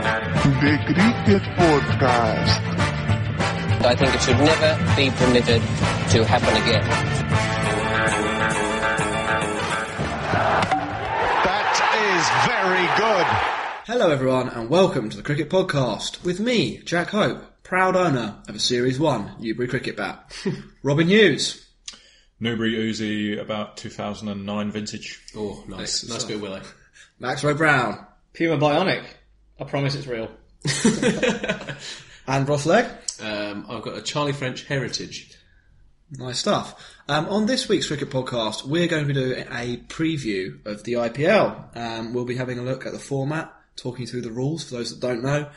The Cricket Podcast. I think it should never be permitted to happen again. That is very good. Hello, everyone, and welcome to the Cricket Podcast with me, Jack Hope, proud owner of a Series 1 Newbury cricket bat. Robin Hughes. Newbury Uzi, about 2009 vintage. Oh, nice. Nice bit of willow. Maxwell Brown. Puma Bionic. I promise it's real. And Ross Legg. Um, I've got a Charlie French heritage. Nice stuff. Um, on this week's Cricket Podcast, we're going to do a preview of the IPL. Um, we'll be having a look at the format, talking through the rules for those that don't know,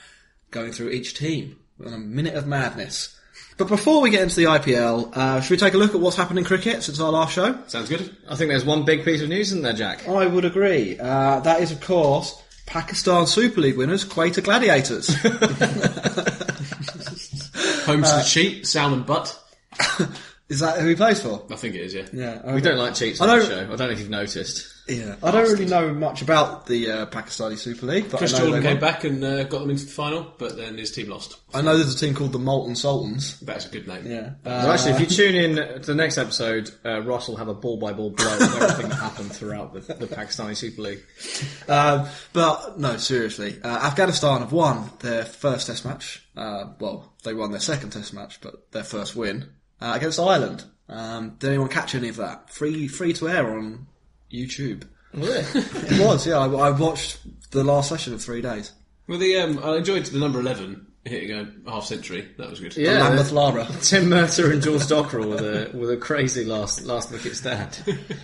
going through each team. A minute of madness. But before we get into the IPL, uh, should we take a look at what's happened in cricket since our last show? Sounds good. I think there's one big piece of news, isn't there, Jack? I would agree. Uh, that is, of course, Pakistan Super League winners, Quetta Gladiators. Home Uh, to the sheep, salmon butt. Uh, is that who he plays for? I think it is, yeah. Yeah, We don't like cheats I on the don't- show. I don't know if you've noticed. Yeah, I don't really know much about the uh, Pakistani Super League, but Chris I know Jordan they came won- back and uh, got them into the final, but then his team lost. I know there's a team called the Molten Sultans. That's a good name. Yeah, Uh, So actually, if you tune in to the next episode, uh, Ross will have a ball by ball blow of everything that happened throughout the, the Pakistani Super League. Um, but no, seriously, uh, Afghanistan have won their first Test match. Uh, well, they won their second Test match, but their first win uh, against Ireland. Um, did anyone catch any of that? Free, free to air on YouTube. It was, yeah. I, I watched the last session in three days. Well, the um, I enjoyed the number eleven hitting a half century. That was good. Yeah. Lambeth Lara. Tim Murter and George Dockerell with a with a crazy last last wicket stand.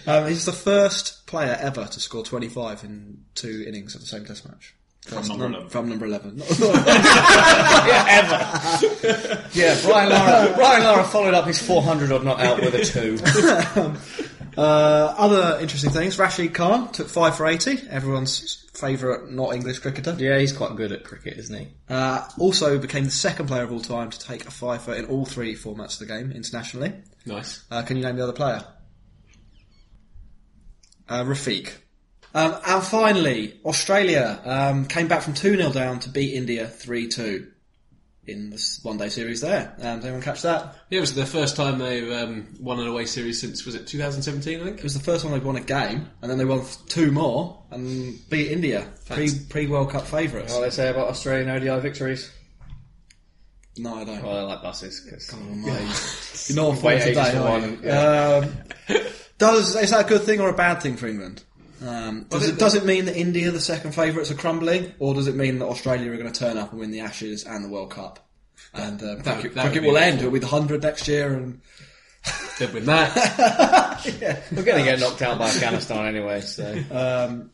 Um, he's the first player ever to score 25 in two innings of the same Test match. From number 11. From number 11. Yeah, Brian Lara. Brian Lara followed up his 400 odd not out with a two. Uh, other interesting things. Rashid Khan took five for 80. Everyone's favourite not English cricketer. Yeah, he's quite good at cricket, isn't he? Uh, also became the second player of all time to take a five for in all three formats of the game internationally. Nice. Uh, can you name the other player? Uh, Rafiq. Um, and finally, Australia um, came back from 2 0 down to beat India 3 2 in this one day series there. Um, did anyone catch that? Yeah, it was the first time they've um, won an away series since was it 2017? I think. It was the first one they won a game, and then they won two more and beat India, pre pre World Cup favourites. they say about Australian ODI victories? No, I don't. Well, they like buses because You're not on form Wait, today, ages for are one, you? Um, does is that a good thing or a bad thing for England? Um, does it does it mean that India, the second favourites, are crumbling, or does it mean that Australia are going to turn up and win the Ashes and the World Cup? And um, cricket, that cricket would be will end. It'll be the hundred next year, and They've win that. we're going to get knocked out by Afghanistan anyway. So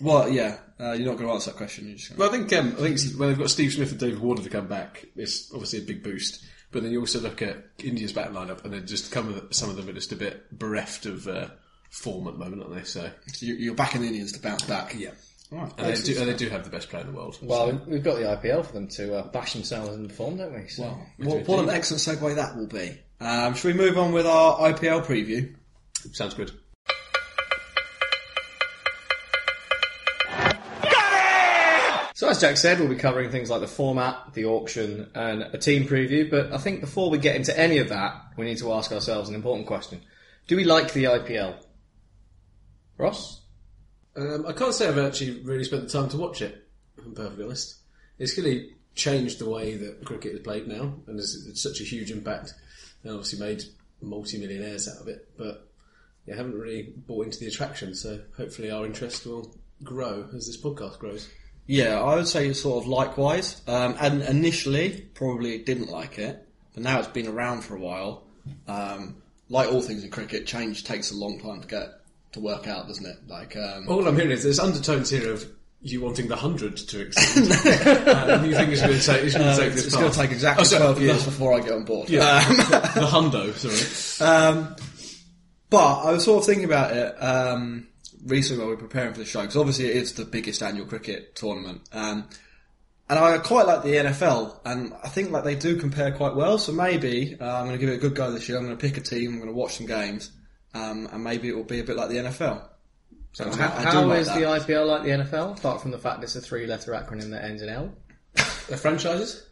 well, yeah, uh, you're not going to answer that question. You're just gonna... Well, I think um, I think when they've got Steve Smith and David Warner to come back, it's obviously a big boost. But then you also look at India's back lineup, and then just come with some of them are just a bit bereft of uh, form at the moment, aren't they? So you- You're backing the Indians to bounce back. yeah, All right. and they do, and they do have the best player in the world. well, we've got the IPL for them to uh, bash themselves and perform, don't we? So. Well, what, what an excellent segue that will be. Um, should we move on with our IPL preview? sounds good. So as Jack said, we'll be covering things like the format, the auction, and a team preview. But I think before we get into any of that, we need to ask ourselves an important question: Do we like the IPL? Ross, Um, I can't say I've actually really spent the time to watch it. If I'm perfectly honest. It's really changed the way that cricket is played now, and it's, it's such a huge impact, and obviously made multi-millionaires out of it. But yeah, I haven't really bought into the attraction, so hopefully our interest will grow as this podcast grows. Yeah, I would say sort of likewise. Um, and initially, probably didn't like it, but now it's been around for a while. Um, like all things in cricket, change takes a long time to get to work out, doesn't it? Like, um, All I'm hearing is there's undertones here of you wanting the hundred to exceed. uh, you think it's going to take, it's going to take this Uh, it's going to path. take exactly Oh, sorry, twelve the- years before I get on board. the hundo, sorry. But I was sort of thinking about it um, recently while we were preparing for the show because obviously it is the biggest annual cricket tournament, um, and I quite like the NFL, and I think like they do compare quite well. So maybe uh, I'm going to give it a good go this year. I'm going to pick a team. I'm going to watch some games, um, and maybe it will be a bit like the NFL. So how is the IPL like the NFL? Apart from the fact it's a three-letter acronym that ends in L. They're Uh, franchises?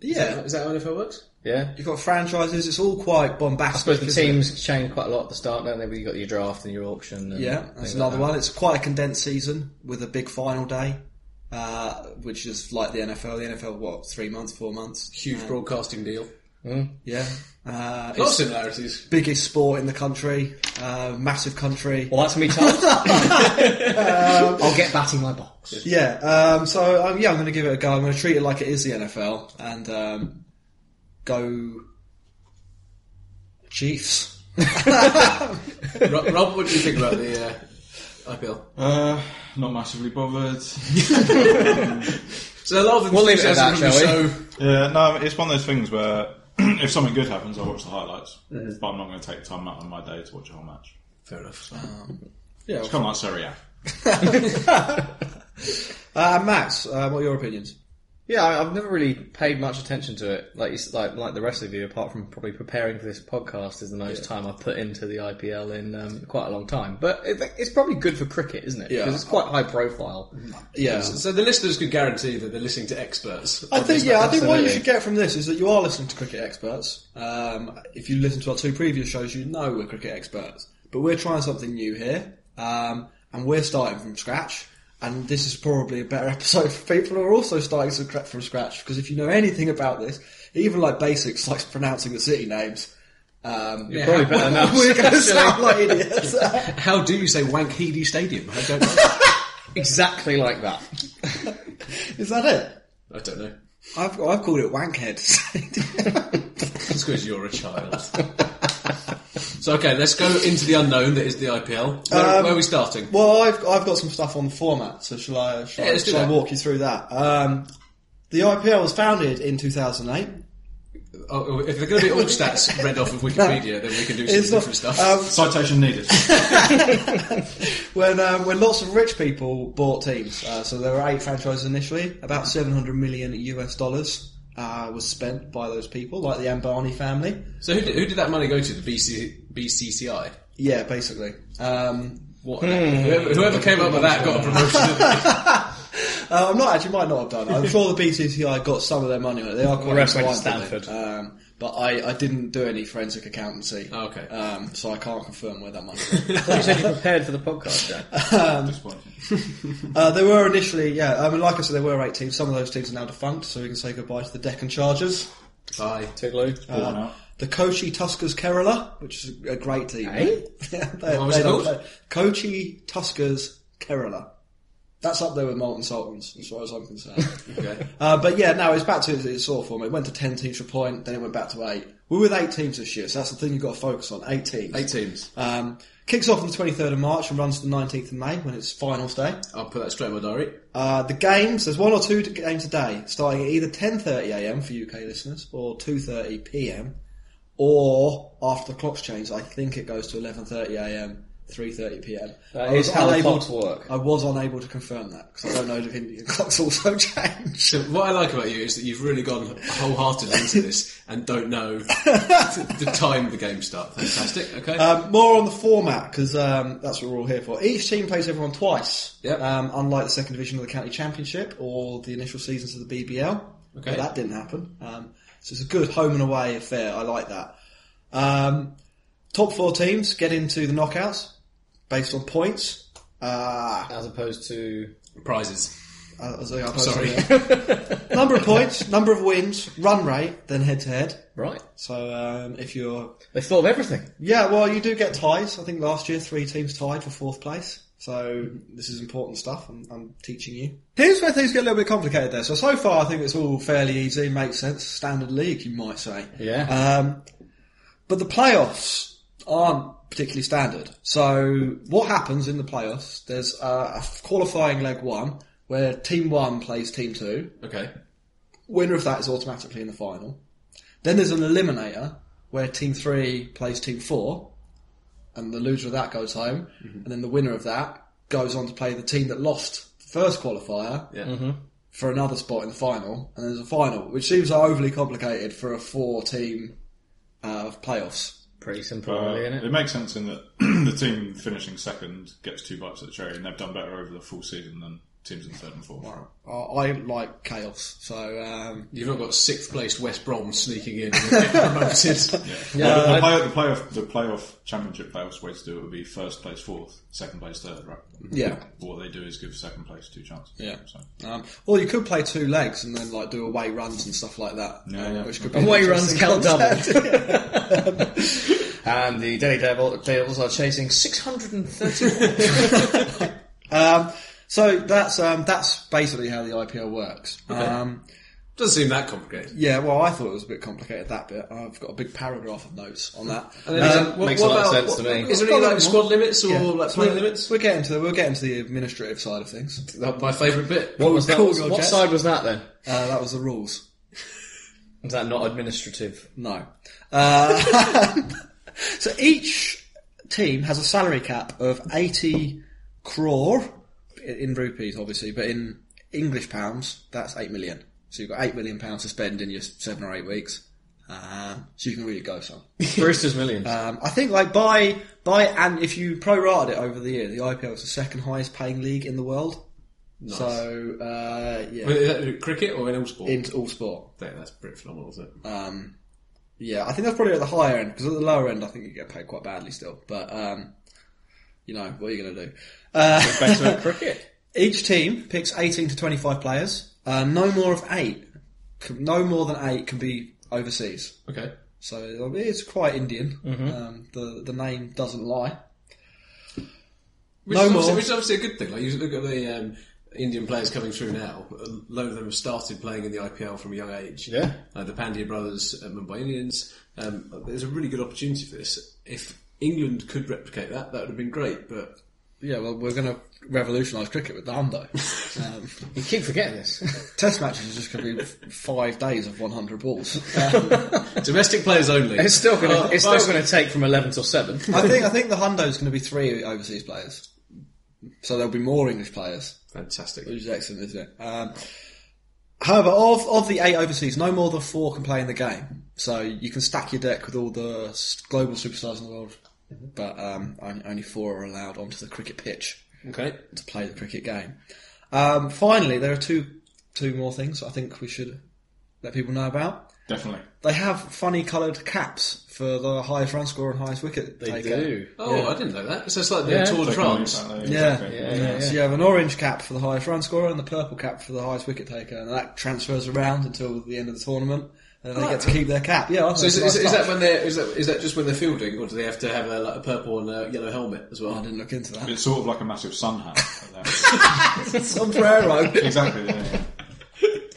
Yeah, Is that how NFL works? Uh, Yeah. you've got franchises. It's all quite bombastic. I suppose the isn't it? teams change quite a lot at the start, don't they? Where you got your draft and your auction. And Yeah, things that's another like one. It's quite a condensed season with a big final day, uh, which is like the NFL. The NFL, what, three months, four months? Huge broadcasting deal. Yeah. Uh, Lot of it's similarities. biggest sport in the country, uh, massive country. that. Well, that's me. Tough. I'll get batting my box. Yeah, um, so um, yeah, I'm going to give it a go. I'm going to treat it like it is the NFL and um, go Chiefs. Rob, Rob, what do you think about the uh, IPL? Uh, not massively bothered. So a lot of We'll leave it at that, enthusiasm shall we? from the yeah, no, it's one of those things where if something good happens, I watch the highlights, but I'm not going to take time out of my day to watch a whole match. Fair enough. It's kind of like Serie A. Uh, Max, uh, what are your opinions? Yeah, I- I've never really paid much attention to it. Like, you s- like, like the rest of you, apart from probably preparing for this podcast, is the most time I've put into the IPL in um, quite a long time. But it, it's probably good for cricket, isn't it? Yeah. Because it's quite high profile. Yeah. So the listeners could guarantee that they're listening to experts. I on think this yeah, I matter. think what you Absolutely. should get from this is that you are listening to cricket experts. Um, if you listen to our two previous shows, you know we're cricket experts, but we're trying something new here, um, and we're starting from scratch. And this is probably a better episode for people who are also starting some cra- from scratch because if you know anything about this, even like basics like pronouncing the city names, um, You're probably better now. we're going to sound like idiots. How do you say Wankhede Stadium? I don't know. exactly like that. is that it? I don't know. I've I've called it wankhead. It's because you're a child. so okay, let's go into the unknown that is the IPL. Where, where are we starting? Um, Well, I've, I've got some stuff on the format, so shall I, shall Yeah, I, let's do shall I that. walk you through that? Um, the IPL was founded in 2008. Oh, if they're going to be all stats read off of Wikipedia, then we can do some It's different not- stuff. um, Citation needed. when, um, when lots of rich people bought teams, uh, so there were eight franchises initially, about 700 million US dollars uh, was spent by those people, like the Ambani family. so who did, who did that money go to? The BC, BCCI. Yeah, basically. Um, What? Whoever, whoever came up with that got a promotion. Uh, I'm not actually might not have done. I'm sure the BCCI got some of their money on it. They are quite The rest went to intertwined with it. Stanford. Um, but I, I didn't do any forensic accountancy. Oh, okay. Um, so I can't confirm where that money. went. You said you prepared for the podcast, Jack. Disappointing. uh, there were initially, yeah. I mean, like I said, there were eight teams. Some of those teams are now defunct, so we can say goodbye to the Deccan Chargers, Bye. Tigloo. Ah, Um, Born out. the Kochi Tuskers Kerala, which is a great team. Eh? yeah, they, What was they it don't called? play. Kochi Tuskers Kerala. That's up there with Molten Sultans, as far as I'm concerned. Okay. Uh, but yeah, no, it's back to its, its sort of form. It went to 10 teams for a point, then it went back to 8. We're with 8 teams this year, so that's the thing you've got to focus on. 8 teams. Eight teams. Um, kicks off on the 23rd of March and runs to the 19th of May when it's finals day. I'll put that straight in my diary. Uh, the games, there's one or two t- games a day, starting at either 10.30am for UK listeners or 2.30pm or after the clocks change, I think it goes to 11.30am. 3.30pm. That I was is how the unable- clocks work. I was unable to confirm that because I don't know if Indian clocks also change. So what I like about you is that you've really gone wholeheartedly into this and don't know the time the game starts. Fantastic. Okay. Um, more on the format because um, that's what we're all here for. Each team plays everyone twice. Yep. Um, unlike the second division of the county championship or the initial seasons of the BBL. Okay. But that didn't happen. Um, so it's a good home and away affair. I like that. Um, top four teams get into the knockouts based on points. Uh, As opposed to Prizes. I was like, I was- Sorry. number of points, number of wins, run rate, then head to head. right. So um, if you're They thought of everything. Yeah, well, you do get ties. I think last year three teams tied for fourth place. So this is important stuff. I'm, I'm teaching you. Here's where things get a little bit complicated there. So so far, I think it's all fairly easy, makes sense. Standard league, you might say. Yeah. Um, but the playoffs aren't particularly standard. So what happens in the playoffs? There's uh, a qualifying leg one where team one plays team two. Okay. Winner of that is automatically in the final. Then there's an eliminator where team three plays team four, and the loser of that goes home, and then the winner of that goes on to play the team that lost the first qualifier Yeah. for another spot in the final, and there's a final, which seems overly complicated for a four team uh, playoffs. Pretty simple, Uh, really, isn't it it? makes sense in that the team finishing second gets two bites at the cherry, and they've done better over the full season than teams in third and fourth. I, I like chaos, so um, You've not got sixth placed West Brom sneaking in and getting promoted. Well, Uh, the, the, play, the playoff, the playoff championship playoffs way to do it would be first place fourth, second place third, right? yeah. What they do is give second place two chances. Yeah. So, Um, or you could play two legs and then like do away runs and stuff like that. Yeah, um, yeah. Which could be Away an runs interesting count concept. double. and the Daily Devil Devils are chasing 630. um, so that's um, that's basically how the IPL works. Um, Doesn't seem that complicated. yeah, well, I thought it was a bit complicated that bit. I've got a big paragraph of notes on that. Um, then- makes a lot of sense to me. Is there any like squad limits or Yeah. like So player we'll- limits? We'll get into the, we'll get into the administrative side of things. That's my favourite bit. what was that? Cool, God, what Jess. side was that then? Uh, that was the rules. Was that not administrative? No. Uh, so each team has a salary cap of 80 crore i- in rupees, obviously, but in English pounds, that's 8 million. So you've got 8 million pounds to spend in your s- seven or eight weeks. Um, so you can really go some. Brewster's Millions. Um, I think like by by and if you prorated it over the year, the IPL is the second highest paying league in the world. So uh, yeah, Is that cricket or in all sport? in all sport. Yeah, that's pretty phenomenal, isn't it? Uh, Yeah, I think that's probably at the higher end because at the lower end, I think you get paid quite badly still. But um, you know, what are you going to do? Uh, Better cricket. each team picks eighteen to twenty-five players. Uh, no more of eight. C- No more than eight can be overseas. okay. So it'll be- it's quite Indian. Mm-hmm. Um, the the name doesn't lie. Which, No is obviously, more. which is obviously a good thing. Like you look at the um, Indian players coming through now. A load of them have started playing in the IPL from a young age. Yeah. like the Pandya brothers at Mumbai Indians. Um, there's a really good opportunity for this. If England could replicate that, that would have been great. But Yeah, well, we're going to revolutionise cricket with the hundo. Um, You keep forgetting this. test matches are just going to be f- five days of one hundred balls. domestic players only. It's still going Uh, to. It's vice- still going to take from 11 till 7. I think I think the hundo is going to be three overseas players. So there'll be more English players. fantastic. which is excellent, isn't it? Um, however, of of the eight overseas, no more than four can play in the game, so you can stack your deck with all the s- global superstars in the world. Mm-hmm. But um, on- only four are allowed onto the cricket pitch Okay, to play the cricket game. Um, finally, there are two two more things I think we should let people know about. definitely. They have funny coloured caps for the highest run scorer and highest wicket They taker. do. Oh, I didn't know that. So it's like the Yeah. Tour de They can France. use that, they- Yeah. exactly. Yeah, yeah, So yeah. you have an orange cap for the highest run scorer and the purple cap for the highest wicket taker, and that transfers around until the end of the tournament, and then they get to keep their cap. Yeah, I think Oh. So is, that's is, a nice is that touch. when they're is that, is that just when they're fielding, or do they have to have a, like, a purple and a yellow helmet as well? I didn't look into that. It's sort of like a massive sun hat. like that. Sombrero. exactly. Yeah, yeah.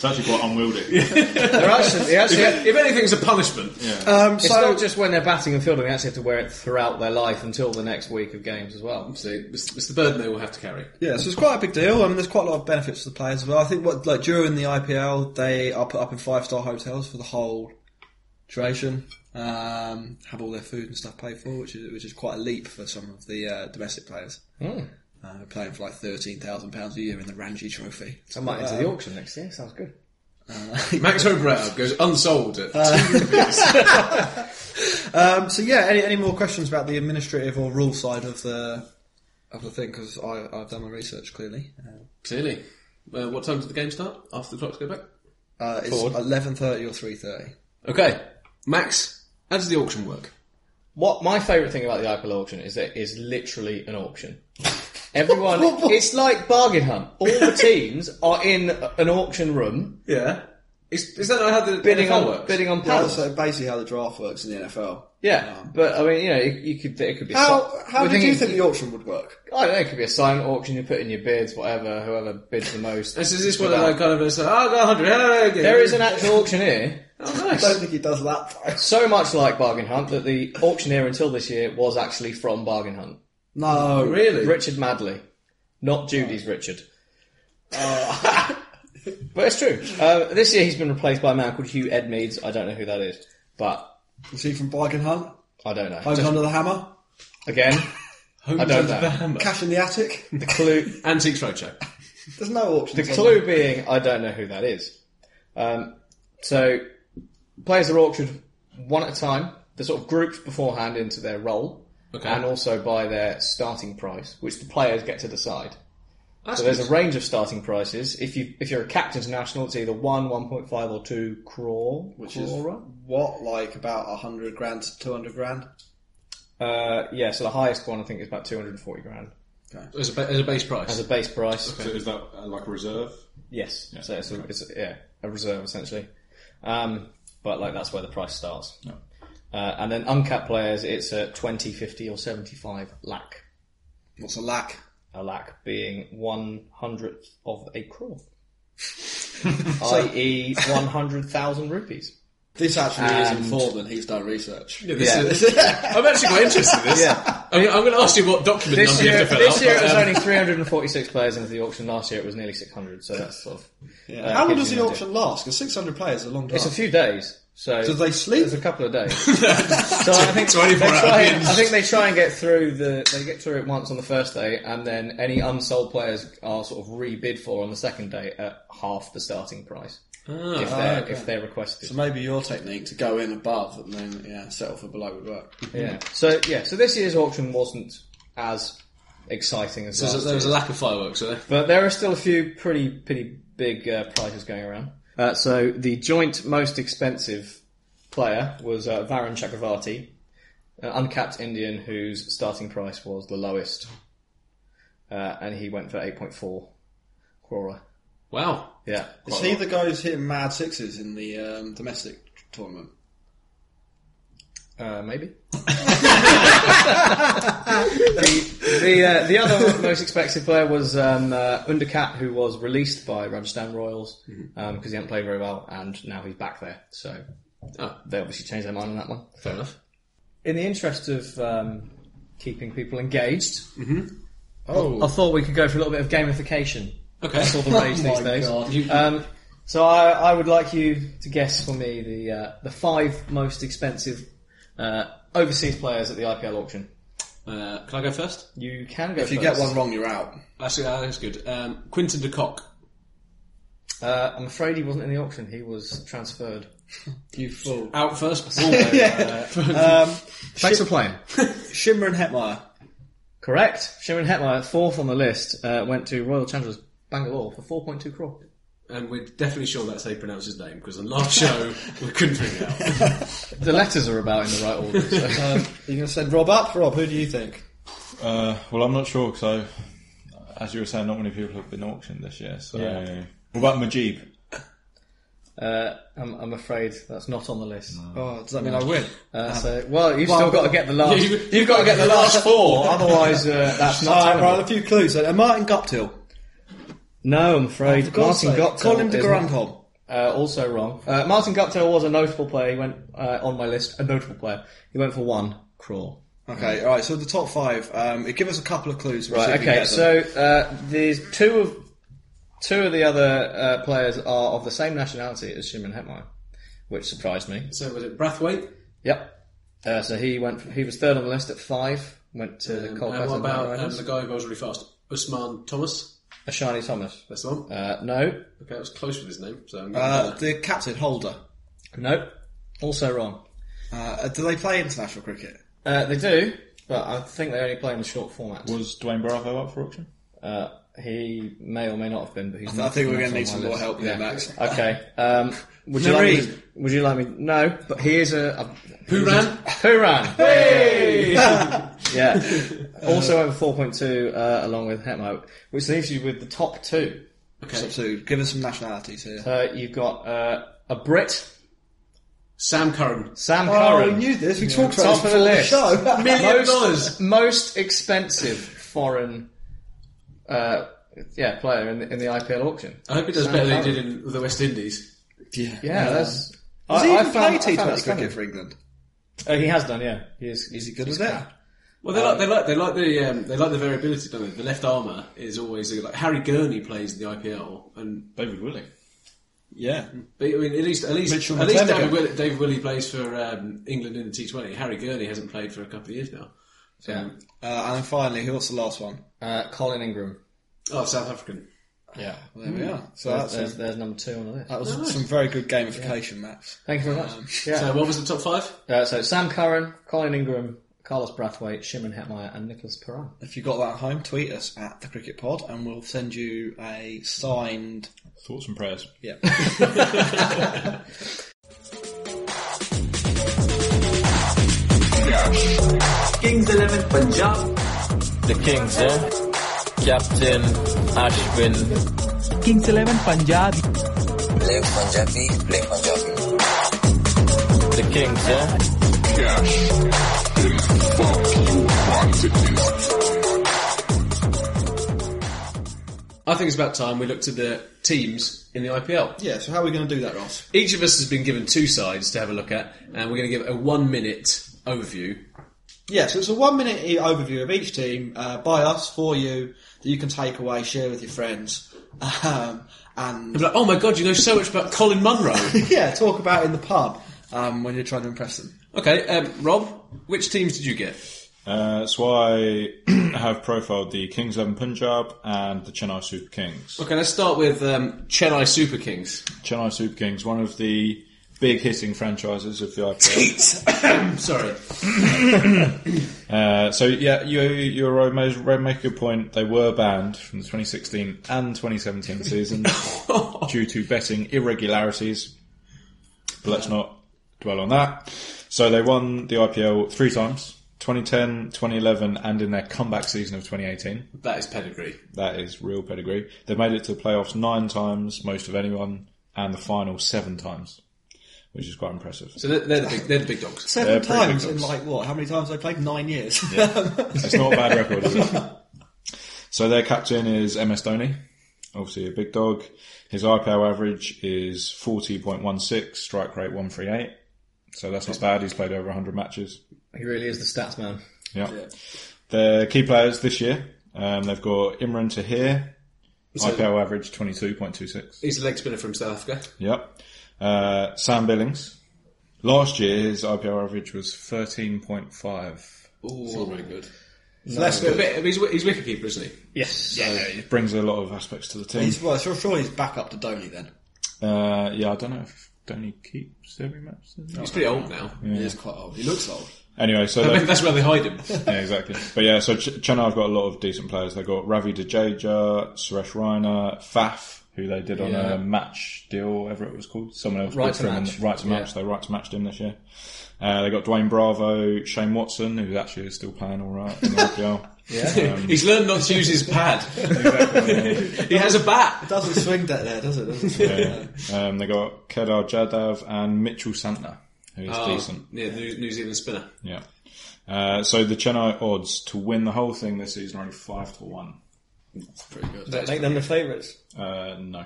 It's actually quite unwieldy. They're actually. They actually If anything's a punishment, Um, it's so not just when they're batting and fielding; they actually have to wear it throughout their life until the next week of games as well. So it's, it's the burden they will have to carry. yeah, so it's quite a big deal, and there's quite a lot of benefits to the players as well. I think what like during the IPL, they are put up in five star hotels for the whole duration. Um, have all their food and stuff paid for, which is which is quite a leap for some of the uh, domestic players. Hmm. Uh, they're playing for like thirteen thousand pounds a year in the Ranji Trophy. I might enter the auction next year. Sounds good. Max O'Brien goes unsold at Uh. Um, so yeah, any, any more questions about the administrative or rule side of the of the thing? Because I've done my research clearly. clearly. Uh, what time does the game start? After the clocks go back. Uh, it's Forward. eleven thirty or three thirty. Okay, Max, how does the auction work? What my favourite thing about the IPL auction is that it's literally an auction. Everyone, it's like bargain hunt. All the teams are in a- an auction room Yeah, is, is that not how the bidding NFL on works? bidding on paddles. so basically, how the draft works in the NFL. yeah, but I mean, you know, it, you could it could be How si- how we did you it- think the auction would work? I don't know. It could be a silent auction. You put in your bids, whatever. Whoever bids the most. This is this one that I kind of say, oh, I got 100. Oh, okay. There is an actual auctioneer. Oh, I don't nice. think he does that. So much like bargain hunt that the auctioneer until this year was actually from bargain hunt. No, Really? Richard Madley, not Judy's Richard. Uh, but it's true. Uh, this year he's been replaced by a man called Hugh Edmeads. I don't know who that is, but is he from Bargain Hunt? I don't know. Homes Just- under the hammer, again, I don't know. cash in the attic. the clue, Antiques Roadshow. There's no auction. the clue being I don't know who that is. Um, so players are auctioned one at a time. They're sort of grouped beforehand into their role, Okay. and also by their starting price, which the players get to decide. That's So there's a good. range of starting prices. If you if you're a captain's national, it's either one, one point five, or two crawl, Which is what, like about a hundred grand to two hundred grand? Uh, yeah, so the highest one I think is about two hundred and forty grand There's a, ba- there's a base price. as a base price. So is that uh, like a reserve? Yes, Yeah, so it's, a, okay. it's a, yeah a reserve essentially. Um, but like that's where the price starts. No. Uh, and then uncapped players, it's at 20, 50 or 75 lakh. What's a lack? A lakh being one hundredth of a crore. E i.e. 100,000 rupees. This actually is And- informed, and he's done research. Yeah, this is- I'm actually quite interested in this. Yeah. I mean, I'm going to ask you what document This number you year, have to fill this out. year it but, was um, only 346 players into the auction. Last year it was nearly 600, so that's sort of... uh, How long gives does you the an idea. auction last? Because six hundred players is a long time. It's a few days. So Do they sleep? There's a couple of days. so I think 24 they hour try, binge. I think they try and get through the. They get through it once on the first day, and then any unsold players are sort of rebid for on the second day at half the starting price Ah, if they're okay. if they're requested. So maybe your technique to go in above and then yeah settle for below would work. yeah. Mm. So yeah. So this year's auction wasn't as exciting as there's a- last there was a year's. lack of fireworks there. But there are still a few pretty pretty big uh, prizes going around. Uh, so the joint most expensive player was uh, Varun Chakravarti, an uncapped Indian whose starting price was the lowest, uh, and he went for eight point four crore. Wow. Yeah, Is he the guy who's hitting mad sixes in the um, domestic tournament? uh, maybe. the the, uh, the other most expensive player was um, uh, Undercat, who was released by Rajasthan Royals because he hadn't played very well, and now he's back there. So Oh, they obviously changed their mind on that one. fair enough. In the interest of um, keeping people engaged, I Oh, thought we could go for a little bit of gamification. Okay. That's all the rage Oh these my days. God. You- Um, so I, I would like you to guess for me the uh, the five most expensive uh, overseas players at the IPL auction. Uh, can I go first? You can go. if you get one wrong, you're out. Actually, uh, that's good. Um, Quinton de Kock. uh, I'm afraid he wasn't in the auction. He was transferred. You fool. Out first. Thanks for playing. Shimmer and Hetmeyer. Correct. Shimon Hetmeyer, fourth on the list, uh, went to Royal Challengers Bangalore for 4.2 crore. and we're definitely sure that's how you pronounce his name because on last show we couldn't figure it out. The letters are about in the right order. So. Um, you going to send Rob up? Rob, who do you think? Uh, well, I'm not sure because as you were saying, not many people have been auctioned this year. So, Yeah. what about Majib? Uh, I'm, I'm afraid that's not on the list. Oh, does that mean I win? Uh, so, well, you've Well, still got to get the last. Yeah, you- you've, got to get the last four, otherwise uh, that's not. All right, tenable. right, a few clues. then. Uh, Martin Guptill. No, I'm afraid For God's Martin sake, Guptill. Colin de is not- Grandhomme. Uh, also wrong. Uh, Martin Guptill was a notable player. He went uh, on my list. A notable player. He went for one crawl. Okay, all right. So the top five. Um, give us a couple of clues. We'll see if Right. we can Okay. get them. So uh, there's two of two of the other uh, players are of the same nationality as Shimon Hetmeyer, which surprised me. So was it Brathwaite? Yep. Uh, so he went. He was third on the list at five. Went to the Um, Kolkata and what about um, Mariners. the guy who goes really fast? Usman Thomas. Ashani Uh, Thomas. That's the one. Uh, no, okay, I was close with his name. So I'm uh, the captain Holder. no. Also wrong. Uh, do they play international cricket? Uh, they do, but I think they only play in the short format. Was Dwayne Bravo up for auction? Uh, he may or may not have been, but he's. I think we're going not to on need my some more list. help there, Max. Okay. Um, would you like me? Nareen. To, would you like me? No, but he is a. a who ran? who ran? Hey! yeah. Also over four point two, uh, along with Hetmo, which leaves you with the top two. So, Okay, so give us some nationalities here. Uh, you've got uh, a Brit, Sam Curran. Sam Oh, Curran. we knew this. We talked about Top this of the before list. show. Million dollars. most expensive foreign uh, yeah player in the, in the IPL auction. I hope he does Sam better than he did Curran. in the West Indies. yeah. Yeah, that's. Does I- he I even found- I play found T that Twenty stunning. cricket for England? Uh, he has done, yeah. He is. Is he good at it? Well, they like they like they like the um, they like the variability. Don't they? The left armour is always like Harry Gurney plays in the IPL, and David Willing. Yeah. But I mean, at least, at least, Mitchell at least McClenaghan. David, Will, David Willey plays for um, England in the T20. Harry Gurney hasn't played for a couple of years now. So, Uh, and then finally, who- what's the last one? Uh, Colin Ingram. Oh, South African. Yeah. There we Hmm. are. So There's, that's there's, a, there's number two on the list. that was some very good gamification, Max. Um, Thank you very much. Yeah. So what was the top five? Uh, so Sam Curran, Colin Ingram, Carlos Brathwaite, Shimon Hetmeyer, and Nicholas Perrin. If you got that at home, tweet us at the Cricket Pod, and we'll send you a signed. Thoughts and prayers. Yeah. Kings 11 Punjab. The Kings, eh? Captain Ashwin. Kings 11 Punjab. Play Punjabi, play Punjabi. The Kings, eh? I think it's about time we looked at the teams in the IPL. yeah. So how are we going to do that, Ross? Each of us has been given two sides to have a look at, and we're going to give a one minute overview. Yeah. So it's a one-minute e- overview of each team uh, by us for you that you can take away, share with your friends, um, and Like, oh my god, you know so much about Colin Munro. yeah, talk about in the pub um, when you're trying to impress them. okay, um, Rob, which teams did you get? Uh, so I have profiled the Kings 11 Punjab and the Chennai Super Kings. Okay, let's start with um, Chennai Super Kings. Chennai Super Kings, one of the big hitting franchises of the IPL. Sorry. uh, so yeah, you you right, made, make a good point. They were banned from the 2016 and 2017 season due to betting irregularities. But let's not dwell on that. So they won the IPL three times. 2010, 2011, and in their comeback season of 2018. That is pedigree. That is real pedigree. They've made it to the playoffs nine times, most of anyone, and the final seven times, which is quite impressive. So they're, they're, the, big, they're the big dogs. They're Seven pretty big times in dogs. like what? How many times have I played? Nine years. It's not a bad record, is it? So their captain is MS Dhoni, obviously a big dog. His IPL average is 40.16, strike rate 138. So that's not bad. He's played over 100 matches. He really is the stats man. Yeah. Their key players this year, um, they've got Imran Tahir, IPL average 22.26. He's a leg spinner from South Africa. Yep. Uh, Sam Billings. Last year, his IPL average was 13.5. Ooh, it's not very good. Let's But but he's, he's wicketkeeper, isn't he? Yes. It brings a lot of aspects to the team. He's, well, sure, sure he's back up to Donny then. Uh, yeah, I don't know if Donny keeps every match. does he? He's pretty old now. He is quite old. He looks old. Anyway, so I they- mean, that's where they hide him. yeah, exactly. But yeah, so Ch- Chennai have got a lot of decent players. They've got Ravi Dejaja, Suresh Raina, Faf, who they did on Yeah. a match deal, whatever it was called. Someone else Right bid to for him on match. the- Right to match. Yeah. They right to matched him this year. Uh, they got Dwayne Bravo, Shane Watson, who actually is still playing all right in the IPL. Yeah. he's learned not to use his pad. he has a bat. Doesn't swing that there, does it? Doesn't swing Yeah. Um, they got Kedar Jadav and Mitchell Santner, who is Ah. decent. Yeah, New, New Zealand spinner. Yeah. Uh, so the Chennai odds to win the whole thing this season are only five to one. Pretty good. Make them the favourites. Uh, no,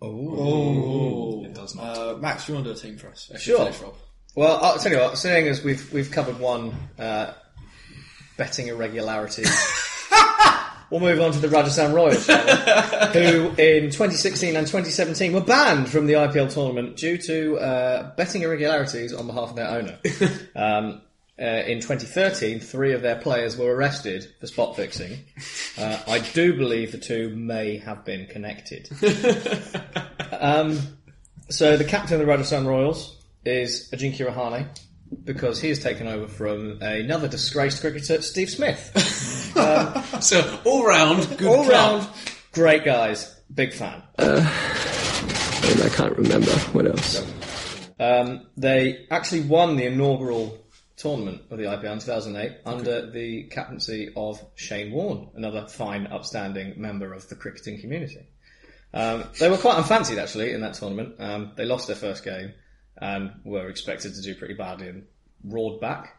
Oh. it does not. Uh, Max, you want to do a team for us? If Sure. You finish, Rob. Well, I'll tell you what. Seeing as we've we've covered one uh, betting irregularity, we'll move on to the Rajasthan Royals, shall we? who in 2016 and 2017 were banned from the IPL tournament due to uh, betting irregularities on behalf of their owner. um, uh, in 2013, three of their players were arrested for spot fixing. Uh, I do believe the two may have been connected. Um, So the captain of the Rajasthan Royals is Ajinkya Rahane because he has taken over from another disgraced cricketer, Steve Smith. So all round, good All club. round, great guys, big fan. Uh, And I can't remember what else. Um, they actually won the inaugural tournament of the IPL in 2008 under the captaincy of Shane Warne, another fine, upstanding member of the cricketing community. Um, they were quite unfancied actually in that tournament. Um, they lost their first game and were expected to do pretty badly and roared back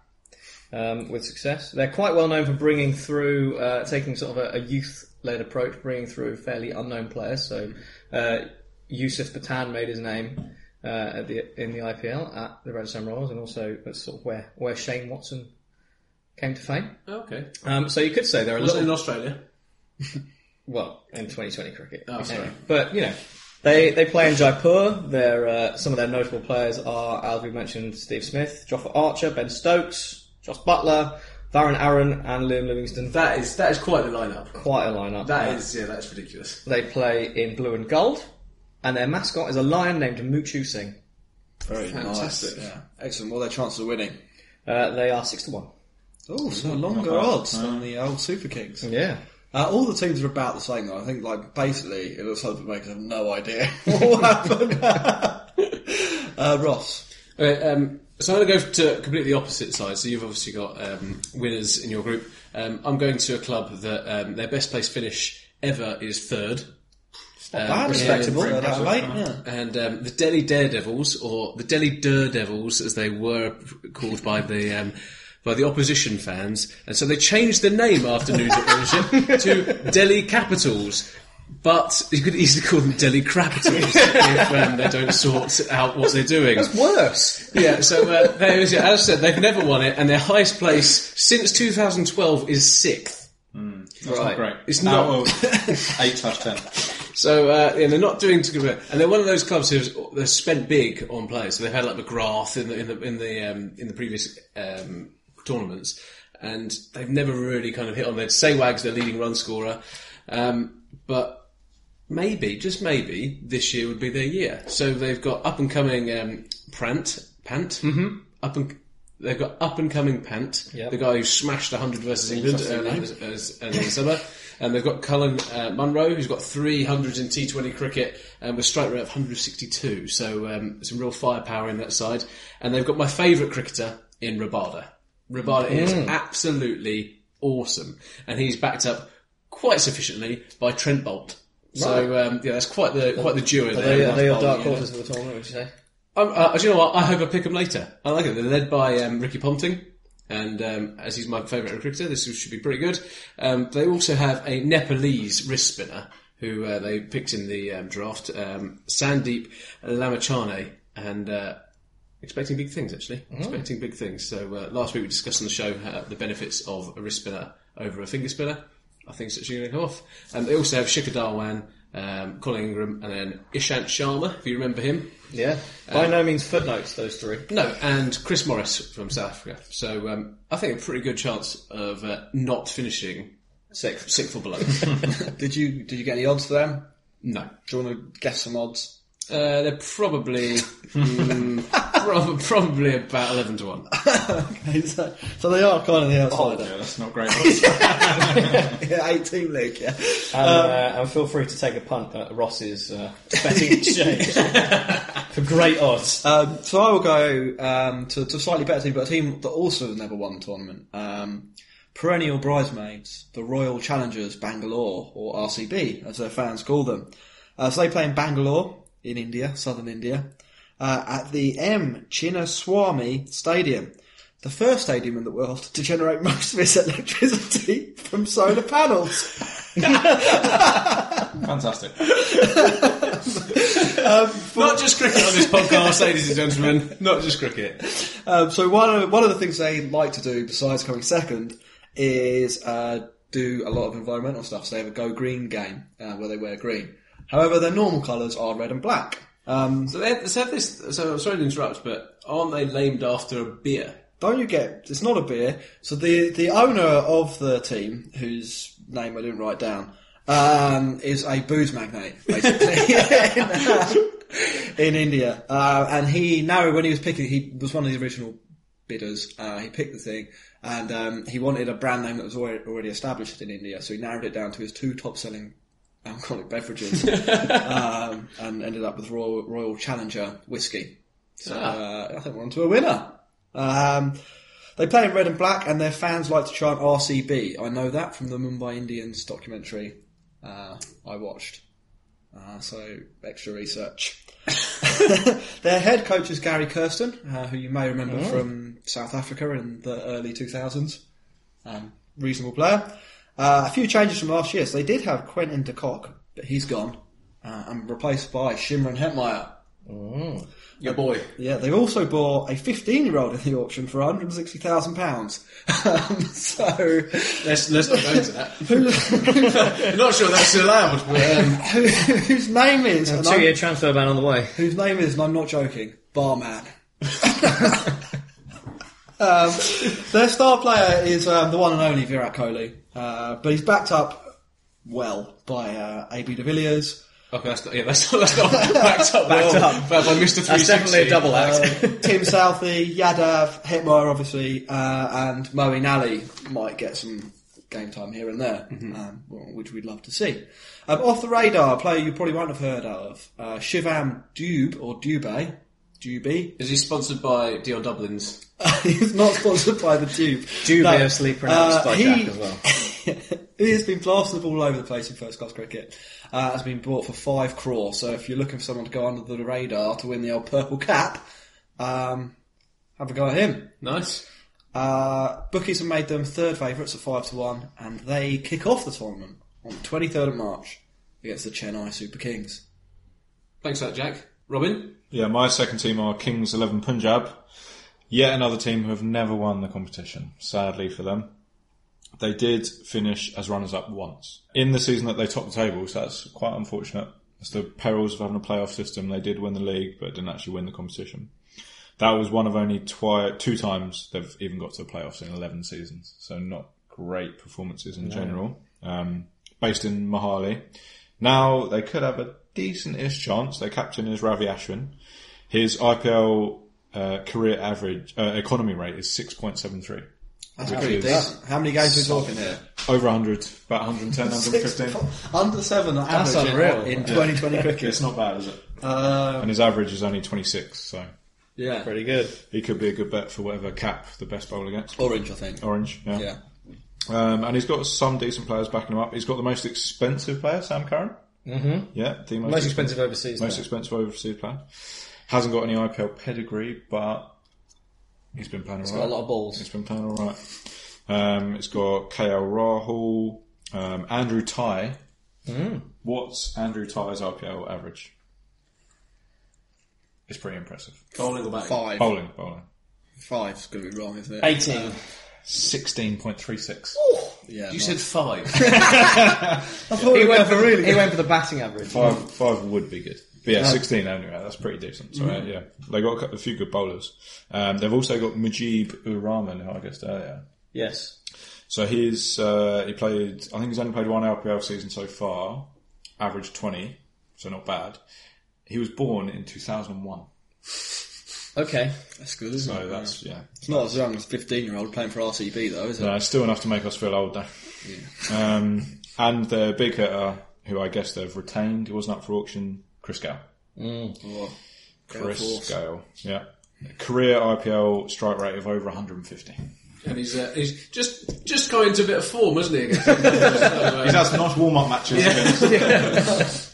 um, with success. They're quite well known for bringing through, uh, taking sort of a, a youth-led approach, bringing through fairly unknown players. So uh, Yusuf Patan made his name uh, at the in the IPL at the Rajasthan Royals, and also that's sort of where where Shane Watson came to fame. Okay. Um, so you could say they're a Was little it in Australia? well, in 2020 cricket. Oh, sorry. But, you know, they, they play in Jaipur. Their, uh, some of their notable players are, as we mentioned, Steve Smith, Joffre Archer, Ben Stokes, Josh Butler, Varun Aaron, and Liam Livingston. That is that is quite the lineup. Quite a lineup. That is yeah, that's ridiculous. They play in blue and gold, and their mascot is a lion named Muchu Singh. Very Fantastic. nice. Yeah. Excellent. What are their chances of winning? Uh, they are 6 to 1. Oh, so longer bad. odds than the old Super Kings. Yeah. Uh, all the teams are about the same though. I think like basically it looks like the makers have no idea what happened. uh, Ross. Okay, um, so I'm going to go to completely opposite side. So you've obviously got um, winners in your group. Um, I'm going to a club that um, their best place finish ever is third. Um, Bad, respectable. and- They're that late. Yeah. And um, the Delhi Daredevils, or the Delhi Daredevils, as they were called by the um, by the opposition fans, and so they changed the name after New Ownership to Delhi Capitals. But you could easily call them Delhi Crapitals if um, they don't sort out what they're doing. Worse. Yeah, so uh, there is, as I said, they've never won it, and their highest place since 2012 is sixth. right. Great. It's not- Out of eight slash ten. So uh, yeah, they're not doing too good, and they're one of those clubs who've they've spent big on players. So they've had like McGrath in the in the in the um, in the previous um, tournaments, and they've never really kind of hit on. They'd say Wags their leading run scorer, um, but maybe just maybe this year would be their year. So they've got up and coming um, Prant Pant up and. They've got up and coming Pant, Yep. the guy who smashed 100 versus England Interesting earlier name. this- as- earlier in the summer. And they've got Cullen uh, Munro, who's got 300 in T20 cricket and with a strike rate of 162. So um, some real firepower in that side. And they've got my favourite cricketer in Rabada. Rabada is absolutely awesome. And he's backed up quite sufficiently by Trent Bolt. So um, yeah, that's quite the quite the duo Are there. they, with are they your Bolt, dark you know. horses for the tournament, would you say? Um, uh, do you know what? I hope I pick them later. I like it. They're led by um, Ricky Ponting, and um, as he's my favourite cricketer, this should be pretty good. Um, they also have a Nepalese wrist spinner who uh, they picked in the um, draft, um, Sandeep Lamachane, and uh, expecting big things actually. Expecting big things. So uh, last week we discussed on the show uh, the benefits of a wrist spinner over a finger spinner. I think it's actually going to come off. And they also have Shikhar Dhawan, um, Colin Ingram, and then Ishant Sharma, if you remember him. Yeah. By no means footnotes, those three. No, and Chris Morris from South Africa. So um, I think a pretty good chance of uh, not finishing Six. sixth or below. Did you did you get any odds for them? no, uh, Do you want to guess some odds? they're probably mm, prob- probably about eleven to one. so so they are kind of the outsider. Yeah, that's not great. yeah, eighteen league. Yeah. And, uh, and feel free to take a punt at Ross's uh, betting exchange for great odds. Um, so I will go um, to, to a slightly better team, but a team that also has never won the tournament. Um, perennial bridesmaids, the Royal Challengers Bangalore, or RCB as their fans call them. Uh, so they play in Bangalore, in India, southern India, uh, at the M. Chinnaswamy Stadium. The first stadium in the world to generate most of its electricity from solar panels. Fantastic. Not just cricket on this podcast, ladies and gentlemen. Not just cricket. Um, so one of, one of the things they like to do besides coming second is uh, do a lot of environmental stuff. So they have a go green game uh, where they wear green. However, their normal colours are red and black. Um, So they have, so have this. So I'm sorry to interrupt, but aren't they named after a beer? don't you get? It's not a beer. So the the owner of the team, whose name I didn't write down, um, is a booze magnate basically in, uh, in India. Uh, and he now, when he was picking, he was one of the original bidders. Uh, he picked the thing, and um, he wanted a brand name that was already, already established in India. So he narrowed it down to his two top selling alcoholic beverages, um, and ended up with Royal, Royal Challenger whiskey. So uh, I think we're on to a winner. Um, they play in red and black, and their fans like to chant RCB. I know that from the Mumbai Indians documentary uh, I watched. Uh, so extra research. their head coach is Gary Kirsten, uh, who you may remember from South Africa in the early 2000s. Um, reasonable player. Uh, a few changes from last year. So they did have Quentin de Kock, but he's gone uh, and replaced by Shimron Hetmeyer. Your boy. Yeah, they also bought a 15 year old in the auction for £160,000. Um, so, Let's let's not go into that. not sure that's allowed. But, um, who, whose name is, and Two I'm- year transfer ban on the way. whose name is, and I'm not joking, Barman. um, their star player is um, the one and only Virat Kohli, uh, but he's backed up well by uh, AB de Villiers, Okay, that's not, yeah, that's not, that's not backed up. Backed well. up. That's like Mr. 360. That's definitely a double act. Um, Um, Tim Southey, Yadav, Hitmire, obviously, uh, and Moeen Ali might get some game time here and there, um, well, which we'd love to see. Um, off the radar, a player you probably won't have heard of, uh, Shivam Dube, or Dube, Dube. Is he sponsored by Dion Dublin's? He's not sponsored by the Dube. Dubiously pronounced by Uh, he- Jack as well. he has been plastered all over the place in first class cricket. Uh, has been bought for five crore. So if you're looking for someone to go under the radar to win the old purple cap, um, have a go at him. Nice. Uh, bookies have made them third favourites at five to one, and they kick off the tournament on the 23rd of March against the Chennai Super Kings. Thanks for that, Jack. Robin? Yeah, my second team are Kings 11 Punjab. Yet another team who have never won the competition, sadly for them. They did finish as runners up once. In the season that they topped the table, so that's quite unfortunate. It's the perils of having a playoff system. They did win the league, but didn't actually win the competition. That was one of only twi- two times they've even got to the playoffs in 11 seasons. So not great performances in general. Um, based in Mohali. Now they could have a decent-ish chance. Their captain is Ravi Ashwin. His IPL uh, career average uh, economy rate is 6.73. That's Which pretty is decent. How many games are we talking here? Over 100, about 110, 115. Six- under seven That's average in- unreal. in 2020 cricket. It's not bad, is it? Uh, And his average is only 26, so yeah, Pretty good. he could be a good bet for whatever cap the best bowler gets. orange, I think. Orange, yeah. Yeah. Um, and he's got some decent players backing him up. He's got the most expensive player, Sam Curran. Mm-hmm. Yeah, the most, Most expensive overseas. most player. expensive overseas player. Hasn't got any IPL pedigree, but he's been playing all got right. a lot of balls. It's been playing all right. Um, it's got KL Rahul, um, Andrew Ty. What's Andrew Ty's IPL average? It's pretty impressive. Bowling or back? Five. Bowling, bowling. Five's going to be wrong, isn't it? 18. 16.36. Yeah, You said five. He went, for, he went for the batting average. Five, five would be good. But yeah, 16 anyway, that's pretty decent. So, uh, yeah, they got a, couple, a few good bowlers. Um, they've also got Mujib Uraman, who I guessed earlier. Yes. So he's, uh, he played, I think he's only played one LPL season so far, average 20, so not bad. He was born in 2001. Okay. that's good, isn't So it? that's, yeah. It's not as young as a 15 year old playing for RCB, though, is it? No, it's still enough to make us feel old though. Um, and their big hitter, who I guess they've retained, he wasn't up for auction, Chris Gale. Or- Chris Force. Gale, yeah. Career IPL strike rate of over 150. and he's, uh, he's just just got into a bit of form, hasn't he? against England? He's had some nice warm up matches.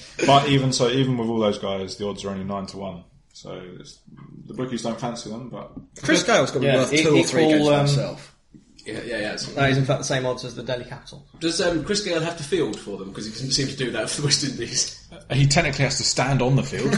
but even so, even with all those guys, the odds are only 9 to 1. So it's, the bookies don't fancy them, but Chris Gale's got to be Yeah, worth e- two or three equal, games by um, himself. yeah, yeah, yeah. it's- That is, Uh, in fact, the same odds as the Delhi Capital. Does um, Chris Gale have to field for them? Because he doesn't seem to do that for the West Indies. he technically has to stand on the field.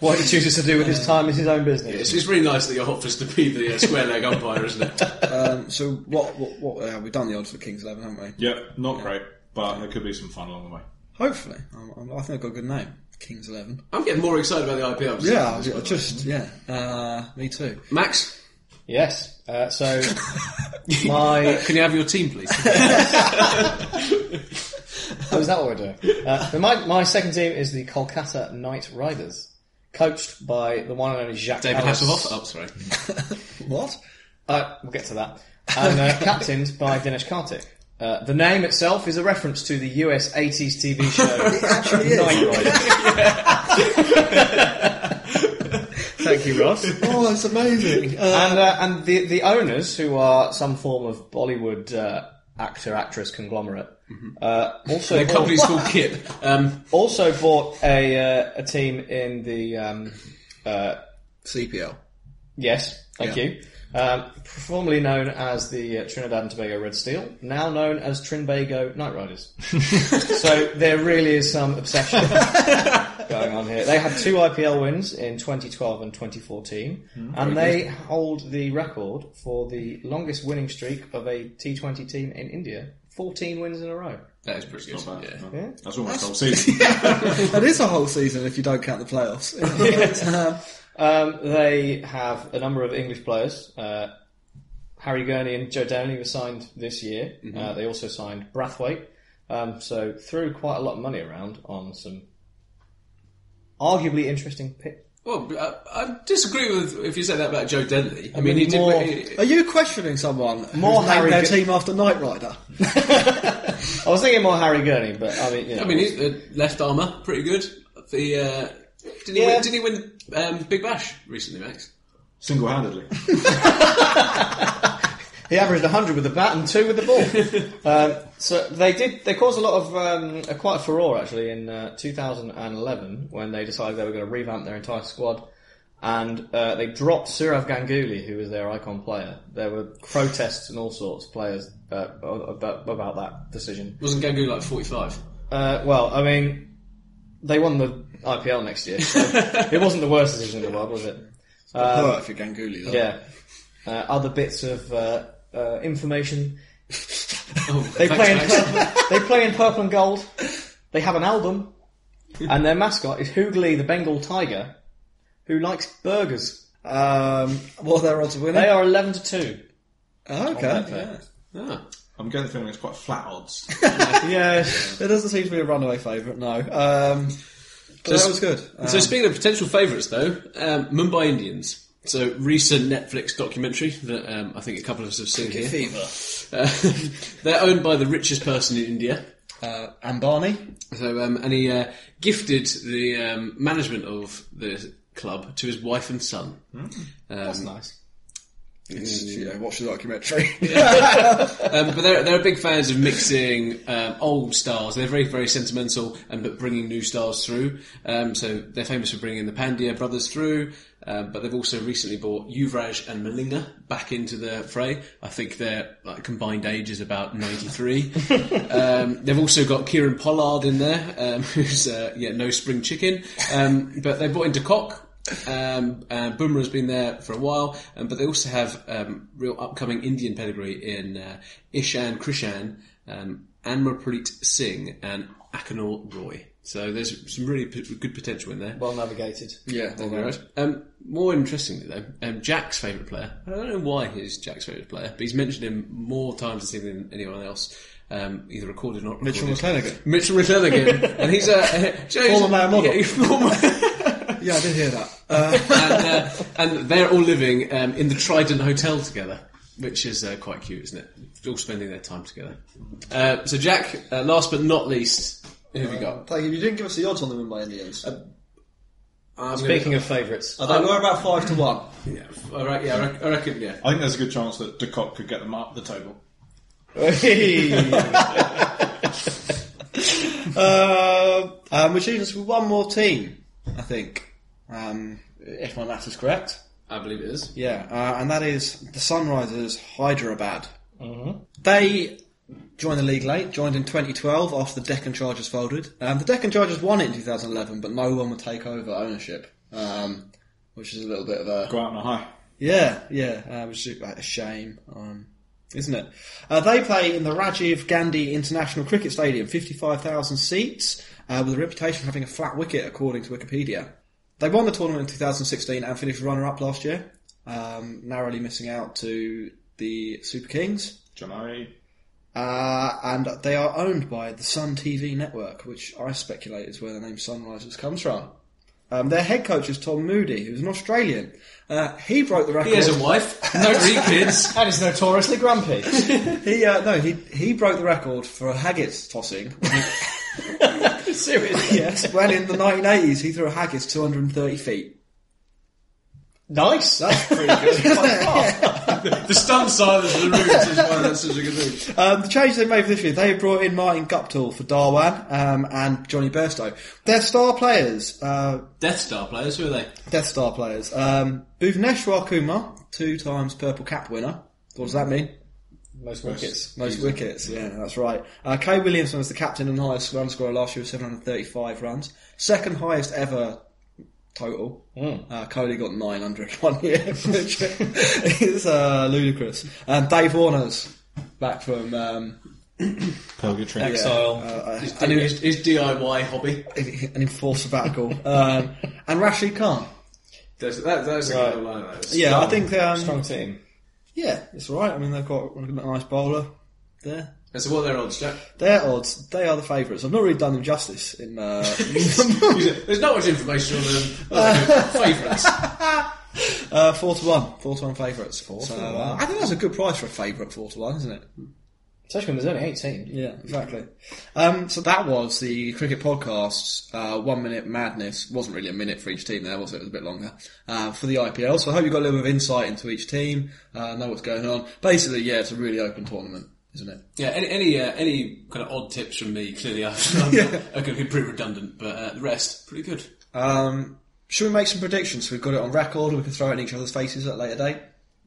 What he chooses to do with his time is his own business. It's, it's really nice that you're hot for us to be the uh, square leg umpire, isn't it? Um, so what? What? what uh, we've done the odds for Kings Eleven, haven't we? yeah, not great, but there could be some fun along the way. Hopefully, I'm, I'm, I think I've got a good name, Kings Eleven. I'm getting more excited about the IPL. Yeah, I was- I just yeah. Uh, me too. Max, Yes. Uh, so, my. can you have your team, please? Oh, is that what we're doing? Uh, so my, my second team is the Kolkata Knight Riders, coached by the one and only Jacques David Ellis. Hasselhoff. Oh, sorry. What? Uh, we'll get to that. And uh, captained by Dinesh Kartik. Uh, the name itself is a reference to the US 80s TV show Actually, is. Knight Riders. Thank you, Ross. Oh, that's amazing. Uh, And, uh, and the, the owners, who are some form of Bollywood uh, actor actress conglomerate, Mm-hmm. uh, also The company's Oh, called Kip. Um, also bought a uh, a team in the um, uh, CPL. yes, thank Yeah. you, um, formerly known as the uh, Trinidad and Tobago Red Steel, now known as Trinbago Night Riders. so there really is some obsession going on here. They had two IPL wins in 2012 and 2014, and they hold the record for the longest winning streak of a T20 team in India. 14 wins in a row. that is pretty good. Not bad. Yeah. No. uh, That's almost the whole season. That is a whole season if you don't count the playoffs. Um, they have a number of English players. Uh, Mm-hmm. Harry Gurney and Joe Downey were signed this year. Uh, they also signed Brathwaite. Um, so threw quite a lot of money around on some arguably interesting picks. Well, I, I disagree with if you say that about Joe Denley. I, I mean, mean, he did. more- he- Are you questioning someone more More who's named Harry their G- team after Knight Rider? I was thinking more Harry Gurney, but I mean, you know, I mean, he's uh, left armour, pretty good. The uh, didn't, he Yeah. win, didn't he win um, Big Bash recently, Max? Single-handedly. he averaged 100 with the bat and two with the ball. um, so they did. They caused a lot of um, a, quite a furore actually in uh, 2011 when they decided they were going to revamp their entire squad. And uh, they dropped Surav Ganguly, who was their icon player. There were protests and all sorts of players uh, about, about that decision. Wasn't Gangu like forty-five? Uh, well, I mean, they won the IPL next year. So it wasn't the worst decision in the world, was it? Oh, if you're Ganguly, though. Yeah. Uh, other bits of uh, uh, information. Oh, They thanks, play in Max. purple, they play in purple and gold. They have an album, and their mascot is Hoogly the Bengal Tiger, who likes burgers. Um, what are their odds of winning? They are eleven to two. Oh, okay. Yeah. Ah. I'm going to feeling it's quite flat odds. Yes. It doesn't seem to be a runaway favourite, no. Um, but that was good. Um, So speaking of potential favourites, though, um, Mumbai Indians. So recent Netflix documentary that um, I think a couple of us have seen here. Uh, they're owned by the richest person in India. uh, Ambani. So um, and he uh, gifted the um, management of the club to his wife and son. Hmm. Um, That's nice. It's, you know, watch the documentary. Um, but they're, they're big fans of mixing um, old stars. They're very, very sentimental, and but bringing new stars through. Um, so they're famous for bringing the Pandya brothers through, um, but they've also recently brought Yuvraj and Malinga back into the fray. I think their like, combined age is about 93. um, they've also got Kieran Pollard in there, um, who's uh, yeah no spring chicken, um, but they brought into Cock. Um, uh, Boomer's been there for a while, um, but they also have um, real upcoming Indian pedigree in uh, Ishan Krishan, um, Anmarpreet Singh, and Akinor Roy. So there's some really p- good potential in there. Well navigated. yeah, thank you very much. Um, more interestingly, though, um, Jack's favourite player. I don't know why he's Jack's favourite player, but he's mentioned him more times this evening than anyone else. Um, either recorded or not recorded. Mitchell McClenaghan. Mitchell McClenaghan. and he's a... Former male model. Yeah, he's former... yeah, I did hear that. Uh, and, uh, and they're all living um, in the Trident Hotel together, which is uh, quite cute, isn't it? All spending their time together. Uh, so, Jack, uh, last but not least, who have you got? thank you. You didn't give us the odds on them in my Indians. Speaking of favourites, I think we're about five to one. yeah, I, re- yeah, I, rec- I reckon, yeah. I think there's a good chance that Decock could get them up the table. Uh, um, which leaves us with one more team, I think, um, if my math is correct. I believe it is. Yeah, uh, and that is the Sunrisers Hyderabad. They joined the league late, joined in 2012 after the Deccan Chargers folded. Um, the Deccan Chargers won it in 2011, but no one would take over ownership, um, which is a little bit of a Go out on a high. yeah, yeah, uh, which is like, a shame, um, isn't it? Uh, they play in the Rajiv Gandhi International Cricket Stadium, 55,000 seats, uh, with a reputation for having a flat wicket, according to Wikipedia. They won the tournament in 2016 and finished runner-up last year, um, narrowly missing out to the Super Kings. Janai. Uh, and they are owned by the Sun TV network, which I speculate is where the name Sunrisers comes from. Um, their head coach is Tom Moody, who's an Australian. Uh, he broke the record. He has a wife, no three kids. that is notoriously grumpy. He uh, no, he he broke the record for a haggis tossing. Seriously. yes, well in the 1980s, he threw a haggis 230 feet. Nice. That's pretty good. The stunned silence of the room is why that's such a good thing. Um, the change they made for this year, they brought in Martin Guptill for Darwan um, and Johnny Burstow. They're star players, uh, Death Star players, who are they? Death Star players. Um, Bhuvneshwar Kumar, two times Purple Cap winner. What does that mean? Most wickets. Most wickets, yeah, that's right. Uh, Kay Williamson was the captain and highest run scorer last year with 735 runs. Second highest ever total. Hmm. Uh, Coley got 900 one year, which is uh, ludicrous. And Dave Warner's back from. Um, Purgatory. Exile. uh, And his, his DIY hobby. an enforced sabbatical. um, and Rashid Khan. That's, that, that's Right. a good line, that is. Yeah, I think. Um, Strong team. Yeah, it's all right. I mean, they've got a nice bowler there. And so what are their odds, Jack? Their odds, they are the favourites. I've not really done them justice in. Uh, There's not much information on them. Oh, favourites. uh, four to one, four to one favourites. Four so, uh, I think that's a good price for a favourite, four to one, isn't it? Especially when there's only 18. Yeah, exactly. Um, so that was the cricket podcast's uh, one minute madness. wasn't really a minute for each team there, was it? It was a bit longer uh, for the IPL. So I hope you got a little bit of insight into each team, uh, know what's going on. Basically, yeah, it's a really open tournament, isn't it? Yeah, any any, uh, any kind of odd tips from me? Clearly, I've, I'm, I'm going to be pretty redundant, but uh, the rest pretty good. Um, should we make some predictions? We've got it on record. We can throw it in each other's faces at a later date.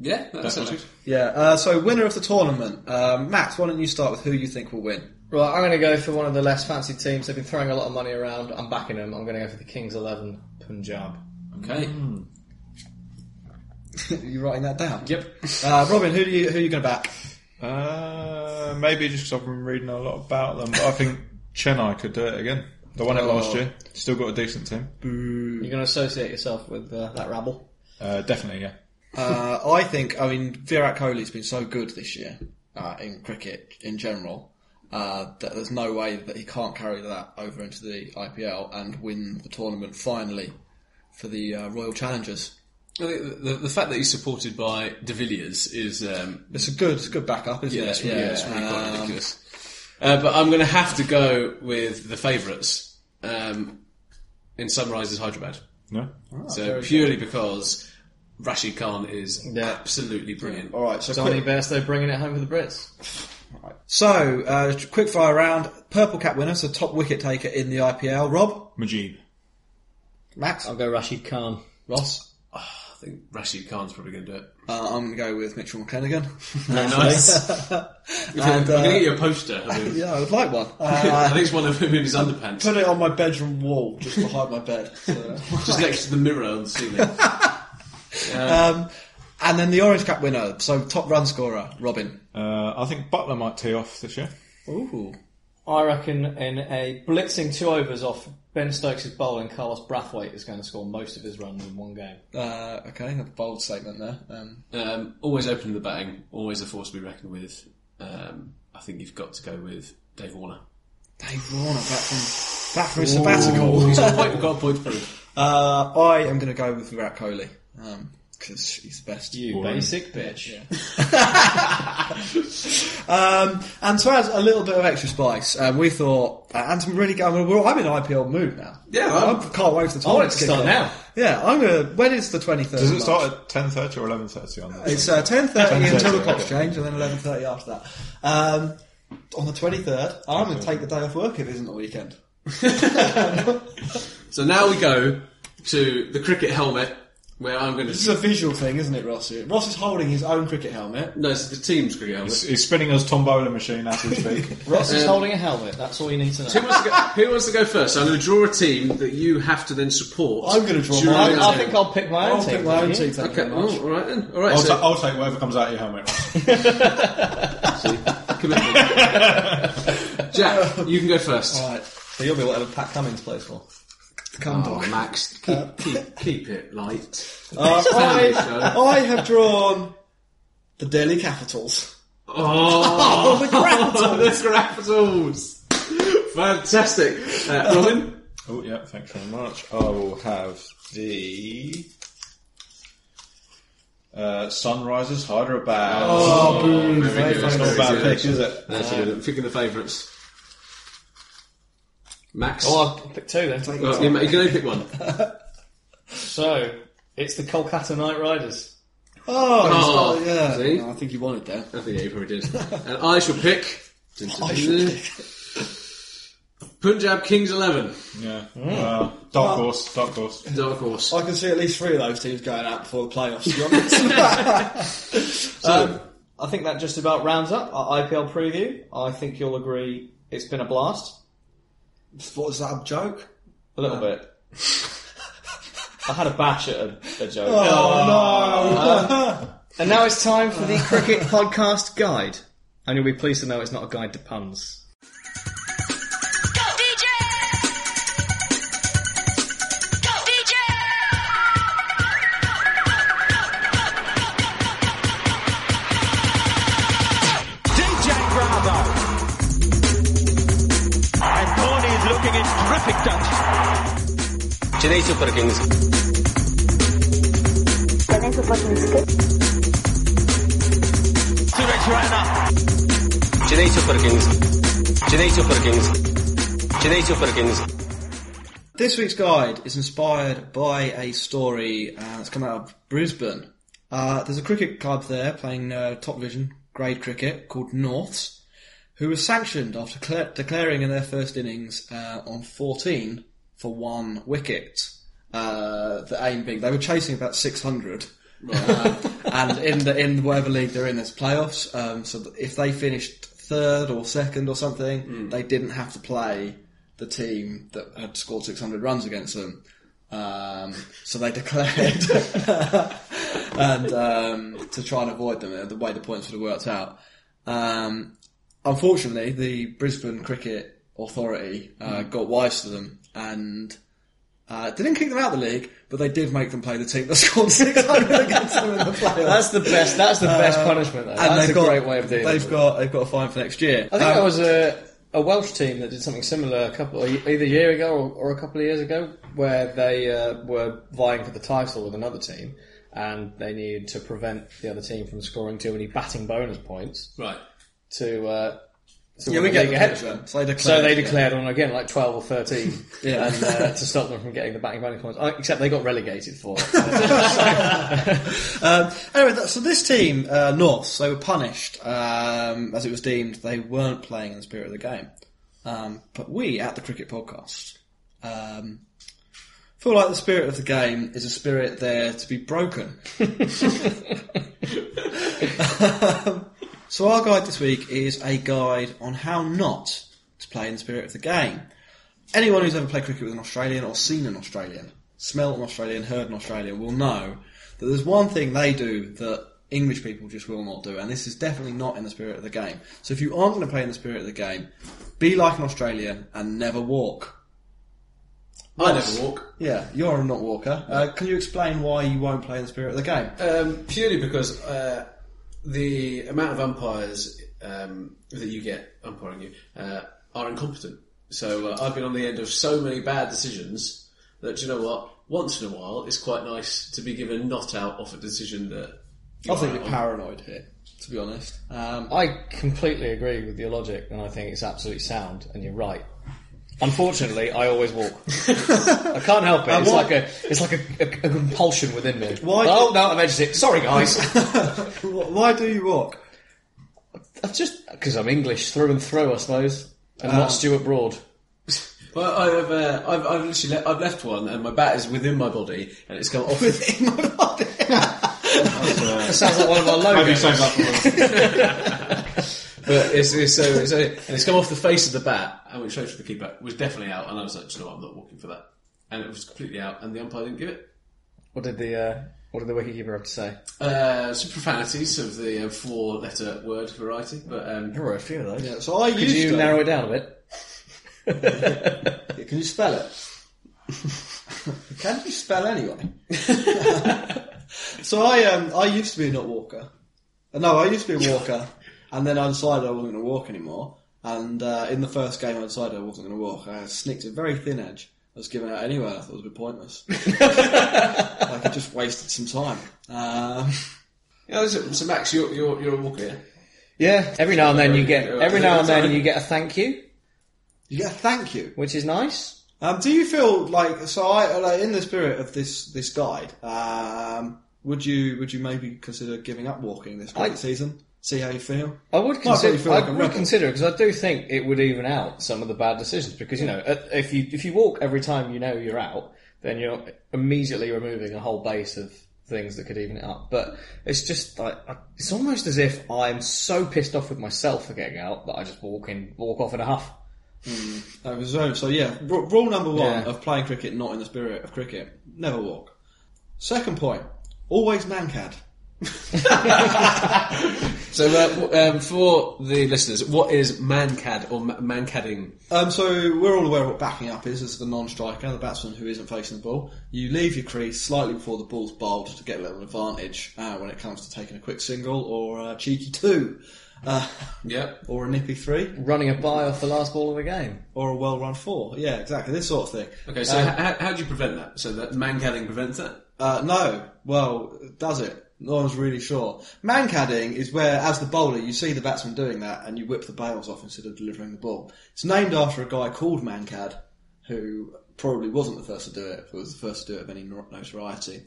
Yeah, that sounds good. Yeah. Uh, so winner of the tournament, um, Matt. Why don't you start with who you think will win? Right, I'm going to go for one of the less fancy teams. They've been throwing a lot of money around. I'm backing them. I'm going to go for the Kings 11 Punjab. Okay. Mm. you writing that down? Yep. Uh, Robin, who do you who are you going to back? Uh, maybe just 'cause I've been reading a lot about them, but I think Chennai could do it again. They won it last year. Still got a decent team. You're going to associate yourself with uh, that rabble. Uh, definitely, yeah. Uh, I think, I mean, Virat Kohli's been so good this year uh, in cricket in general uh, that there's no way that he can't carry that over into the IPL and win the tournament finally for the uh, Royal Challengers. I think the, the, the fact that he's supported by De Villiers is um, It's a good, it's a good backup, isn't yeah, it? it's really, it's really quite um, ridiculous. Uh, but I'm going to have to go with the favourites um, in Sunrise's Hyderabad. No. Oh, so purely because Rashid Khan is absolutely brilliant. All right, so Donny quick- Bairstow bringing it home for the Brits. So, uh, quick fire round. Purple cap winner, so top wicket taker in the IPL. Rob, Majib. Max, I'll go Rashid Khan. Ross. I think Rashid Khan's probably going to do it. Uh, I'm going to go with Mitchell McLennigan. nice. I'm and, uh, going to get you a poster. I, mean, yeah, I would like one. I Uh, think it's one of him in his underpants, put it on my bedroom wall, just behind my bed. So. just next to the mirror on the ceiling. Um, and then the orange cap winner, so top run scorer, Robin. Uh, I think Butler might tee off this year. Ooh. I reckon in a blitzing two overs off Ben Stokes' bowling, Carlos Brathwaite is going to score most of his runs in one game. Uh, okay, a bold statement there. Um, Um, always open to the batting, always a force to be reckoned with. Um, I think you've got to go with Dave Warner. Dave Warner back from back from his sabbatical. He's got a point, got a point to prove. Uh, I am going to go with Virat Kohli because he's the best. You Boring. basic bitch. Um, and to add a little bit of extra spice, um, we thought, uh, and to really go, I mean, we're, I'm in IPL mood now. Yeah, I I'm- can't wait for the I want tournament it to kick start off. now. Yeah, I'm gonna. When is the 23rd? Does of it start March? at ten thirty or eleven thirty on this? It's uh, 10.30 until the 10:30, clocks okay. change and then 11.30 after that. Um, on the 23rd, I'm going to take the day off work if it isn't the weekend. So now we go to the cricket helmet, where I'm going This to. is a visual thing, isn't it, Ross? Ross is holding his own cricket helmet. No, it's the team's cricket helmet. He's spinning his tombola machine as we speak. Ross Um, is holding a helmet. That's all you need to know. Who wants, to go, who wants to go first? I'm going to draw a team that you have to then support. I'm gonna draw during mine. the I, I game. think I'll pick my own I'll pick team. my own don't you? team, thank Okay, you very much. well, all right then. All right, I'll, so ta- I'll take whatever comes out of your helmet. commitment. Jack, you can go first. Right, So you'll be whatever Pat Cummins plays for. come Oh, dog. Max, keep, keep, keep it light. Uh, family I, show. I have drawn the Delhi Capitals. Oh, Oh, the Capitals! the Capitals! Fantastic. Uh, Robin? Oh yeah, thanks very much. I will have the uh, Sunrises Hyderabad. Oh, boo. very good. it's not a bad pick, is it? I'm picking the favourites. Max? Oh, I've picked two then. Well, you, you can only pick one. So, it's the Kolkata Knight Riders. Oh, Oh, he's got- yeah. see? No, I think you wanted that. I think yeah, you probably did. And I shall pick... Punjab Kings 11. Yeah. Uh, dark horse, dark horse. Dark horse. I can see at least three of those teams going out before the playoffs, to be honest. um, I think that just about rounds up our IPL preview. I think you'll agree it's been a blast. what was that, a joke? A little bit. I had a bash at a, a joke. And now it's time for the Cricket Podcast Guide. And you'll be pleased to know it's not a guide to puns. Go DJ! Go DJ! DJ Bravo. is looking in terrific doubt. Chennai Super Kings. Suresh Raina. Chennai Super Kings. Chennai Super Kings. Chennai Super Kings. This week's guide is inspired by a story uh, that's come out of Brisbane. Uh, there's a cricket club there playing uh, top division grade cricket called Norths, who was sanctioned after cla- declaring in their first innings uh, on 14 for one wicket. Uh, the aim being they were chasing about 600. Uh, and in the in whatever league they're in, there's playoffs. Um, so th- if they finished third or second or something, they didn't have to play the team that had scored 600 runs against them. Um, so they declared, and um, to try and avoid them, uh, the way the points would have worked out. Um, unfortunately, the Brisbane Cricket Authority uh, got wise to them and uh, didn't kick them out of the league, but they did make them play the team that scored 600 against them in the playoffs. That's the best. That's the best punishment. Though. And That's they've a got- great way of doing it. They've got they've got a fine for next year. I think Um, there was a, a Welsh team that did something similar a couple of, either a year ago or, or a couple of years ago, where they uh, were vying for the title with another team, and they needed to prevent the other team from scoring too many batting bonus points Right. to. Uh, to yeah, win we the get league the ahead. picture. So they declared, So they yeah. declared on again like twelve or thirteen, Yeah. and, uh, to stop them from getting the batting bonus points. Uh, Except they got relegated for it. Um, anyway, that, so this team, uh, Norths, they were punished um, as it was deemed they weren't playing in the spirit of the game. Um, but we at the Cricket Podcast um, feel like the spirit of the game is a spirit there to be broken. Um, so our guide this week is a guide on how not to play in the spirit of the game. Anyone who's ever played cricket with an Australian or seen an Australian, smelled an Australian, heard an Australian will know that there's one thing they do that English people just will not do, and this is definitely not in the spirit of the game. So if you aren't going to play in the spirit of the game, be like an Australian and never walk. I never walk. Yeah, you're a not walker. Uh, can you explain why you won't play in the spirit of the game? Um, purely because uh, the amount of umpires um, that you get umpiring you uh, are incompetent. So uh, I've been on the end of so many bad decisions that you know what. Once in a while, it's quite nice to be given not out off a decision that. you I think are you're on. paranoid here, to be honest. Um, I completely agree with your logic, and I think it's absolutely sound, and you're right. Unfortunately, I always walk. I can't help it. It's why- like a it's like a, a, a compulsion within me. Why- Oh no, I edged it. Sorry, guys. wh- why do you walk? I've just because I'm English through and through, I suppose, and not Stuart Broad. Well, I've, uh, I've I've literally le- I've left one, and my bat is within my body, and it's gone off. uh, Within my body. That sounds like one of our logos. But it's, it's so, it's so, and it's come off the face of the bat, and which shows for the keeper It was definitely out, and I was like, "Do you know what, I'm not walking for that. And it was completely out, and the umpire didn't give it. What did the uh, what did the wicketkeeper have to say? Uh, some profanities of the uh, four letter word variety, but um, There were a few of those. Yeah, so I Could used you to- narrow it down a bit? Can you spell it? Can you spell anyway? so I um I used to be a not walker. Uh, No, I used to be a walker, and then I decided I wasn't going to walk anymore. And uh, in the first game, I decided I wasn't going to walk. I sneaked a very thin edge. I was given out anyway. and I thought it was a bit pointless. like I just wasted some time. Um, yeah, listen, so Max, you're you're, you're a walker. Yeah? Yeah. Every now and then you get Yeah. every now and then Sorry. you get a thank you, you get a thank you. which is nice. Um, do you feel like so? I like, in the spirit of this this guide. Um, would you would you maybe consider giving up walking this I- cricket season? See how you feel. I would Well, I bet you consider. feel I like a would rebel. consider because I do think it would even out some of the bad decisions because you know uh, if you if you walk every time you know you're out, then you're immediately removing a whole base of things that could even it up. But it's just like I- it's almost as if I'm so pissed off with myself for getting out that I just walk in, walk off in a huff. Over the zone. So yeah, r- rule number one Yeah. of playing cricket not in the spirit of cricket: never walk. Second point: always nankad. So uh, w- um, for the listeners, what is mancad or ma- mancadding? Um, so we're all aware of what backing up is. This is the non-striker, the batsman who isn't facing the ball. You leave your crease slightly before the ball's bowled to get a little advantage uh, when it comes to taking a quick single or a cheeky two. uh, Yeah. or a nippy three, Running a bye off the last ball of the game. or a well run four. Yeah, exactly. This sort of thing. Um, Okay, so how, how do you prevent that? So that mancadding prevents that? Uh, no. Well, does it? No one's really sure. Man cadding is where, as the bowler, you see the batsman doing that and you whip the bails off instead of delivering the ball. It's named after a guy called Mancad, who probably wasn't the first to do it, but was the first to do it of any nor- notoriety.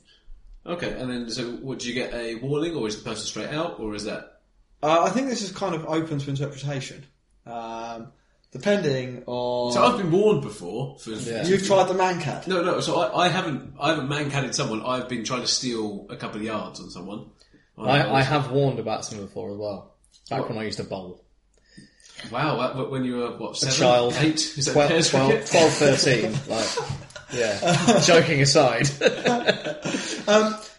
Okay, and then so would you get a warning, or is the person straight out, or is that Uh, I think this is kind of open to interpretation. Um, depending on... So I've been warned before. For, You've tried the Mancad. No, no. So I, I haven't. I haven't mancadded someone. I've been trying to steal a couple of yards on someone. On I, those. I have warned about some before as well. Back when I used to bowl. Wow, that- that- when you were what seven, Child. eight, is that 12, pairs 12, cricket? 12 13. like, yeah. Joking aside.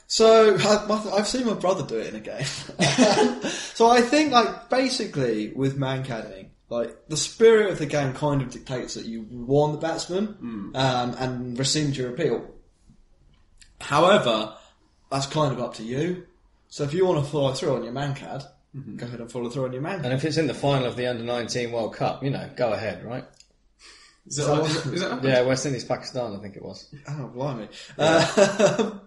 So I, my, I've seen my brother do it in a game. so I think, like, basically with man caddying, like the spirit of the game kind of dictates that you warn the batsman um, and rescind your appeal. However, that's kind of up to you. So if you want to follow through on your man cad, go ahead and follow through on your man. and if it's in the final of the Under 19 World Cup, you know, go ahead, right? Is that, is that, is that Yeah, West Indies, Pakistan, I think it was. Oh blimey! Uh,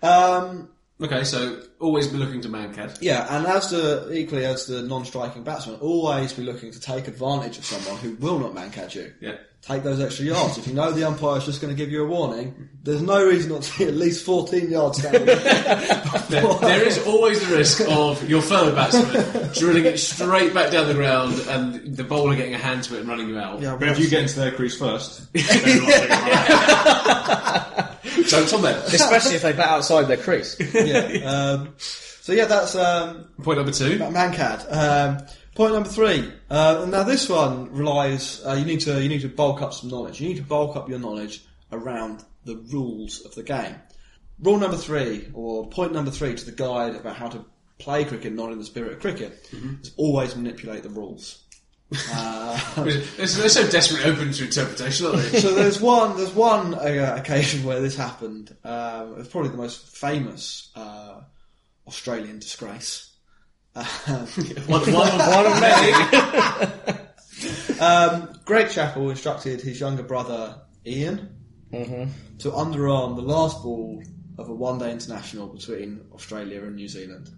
um, okay? So always be looking to mancad. Yeah, and as the equally as the non-striking batsman, always be looking to take advantage of someone who will not man catch you. Yeah. Take those extra yards. If you know the umpire's just going to give you a warning, there's no reason not to be at least 14 yards down. There, there is always the risk of your fellow batsman drilling it straight back down the ground, and the bowler getting a hand to it and running you out. But if you get into their crease first, So it's on there. Especially if they bat outside their crease. yeah. Um, so yeah, that's um, Point number two. Mancad. Um, point number three. Uh, now this one relies. Uh, you need to you need to bulk up some knowledge. You need to bulk up your knowledge around the rules of the game. Rule number three, or point number three, to the guide about how to play cricket, not in the spirit of cricket, is always manipulate the rules. They're so desperately open to interpretation, aren't they? so there's one there's one uh, occasion where this happened. Um, it's probably the most famous uh, Australian disgrace. Uh, One, one, one of Greg Chappell instructed his younger brother Ian to underarm the last ball of a one-day international between Australia and New Zealand.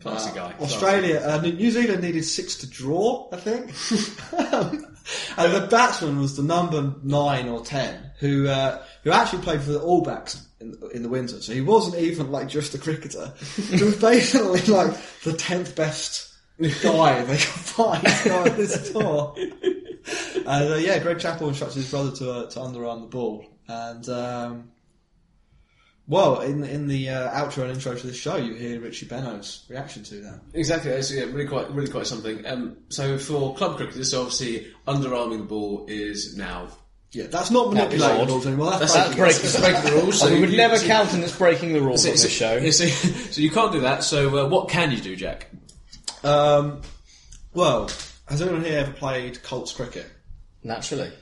Classy guy. Australia, uh, New- New Zealand needed six to draw, I think, and the batsman was the number nine or ten who uh, who actually played for the All Blacks in, in the winter. So he wasn't even like just a cricketer; he was basically like the tenth best guy they could find on this tour. And uh, yeah, Greg Chappell instructed his brother to uh, to underarm the ball. And um, well, in in the uh, outro and intro to this show, you hear Richie Beno's reaction to that. Exactly. It's, yeah, really quite, really quite something. Um, so for club cricketers, so obviously underarming the ball is now Yeah, that's not manipulating odd. rules anymore. That's, That's breaking breaking- it. it's breaking the rules. So we would you- never so- countenance breaking the rules So, on this show. so- so- so you can't do that. So uh, what can you do, Jack? Um, well, has anyone here ever played Colts cricket? Naturally.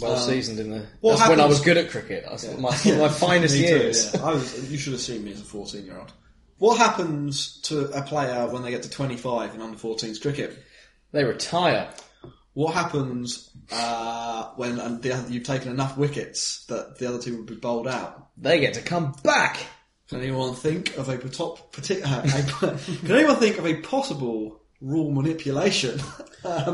Well seasoned in the. Um, what That's when I happens- was good at cricket. That's my, my finest Me too, years. yeah. I was, you should have seen me as a fourteen-year-old. What happens to a player when they get to twenty-five in under 14s cricket? They retire. What happens uh, when and the other, you've taken enough wickets that the other team would be bowled out? They get to come back. Can anyone think of a potop, parti- uh, a, Can anyone think of a possible rule manipulation?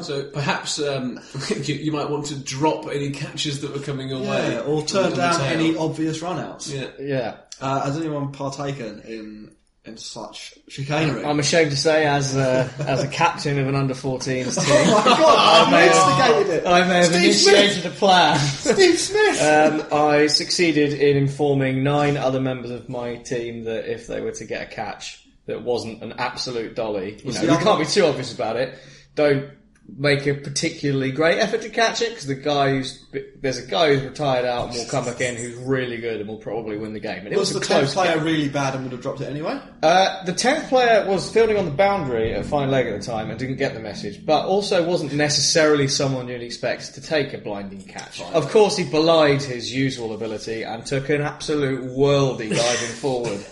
So perhaps um, you, you might want to drop any catches that were coming your way, yeah, or on turn the down tail. any obvious run-outs? Yeah. Yeah. Uh, has anyone partaken in in such chicanery? I'm ashamed to say, as a, as a captain of an under 14s oh team, my god! I investigated it. I may have Steve initiated a plan. Steve Smith. Um, I succeeded in informing nine other members of my team that if they were to get a catch that wasn't an absolute dolly, you, know, the you other- can't be too obvious about it. Don't make a particularly great effort to catch it because the guy who's there's a guy who's retired out and will come back in who's really good and will probably win the game. And it was, was the a tenth close player game. really bad and would have dropped it anyway? Uh, the tenth player was fielding on the boundary at fine leg at the time and didn't get the message, but also wasn't necessarily someone you'd expect to take a blinding catch. Of course, he belied his usual ability and took an absolute worldy diving forward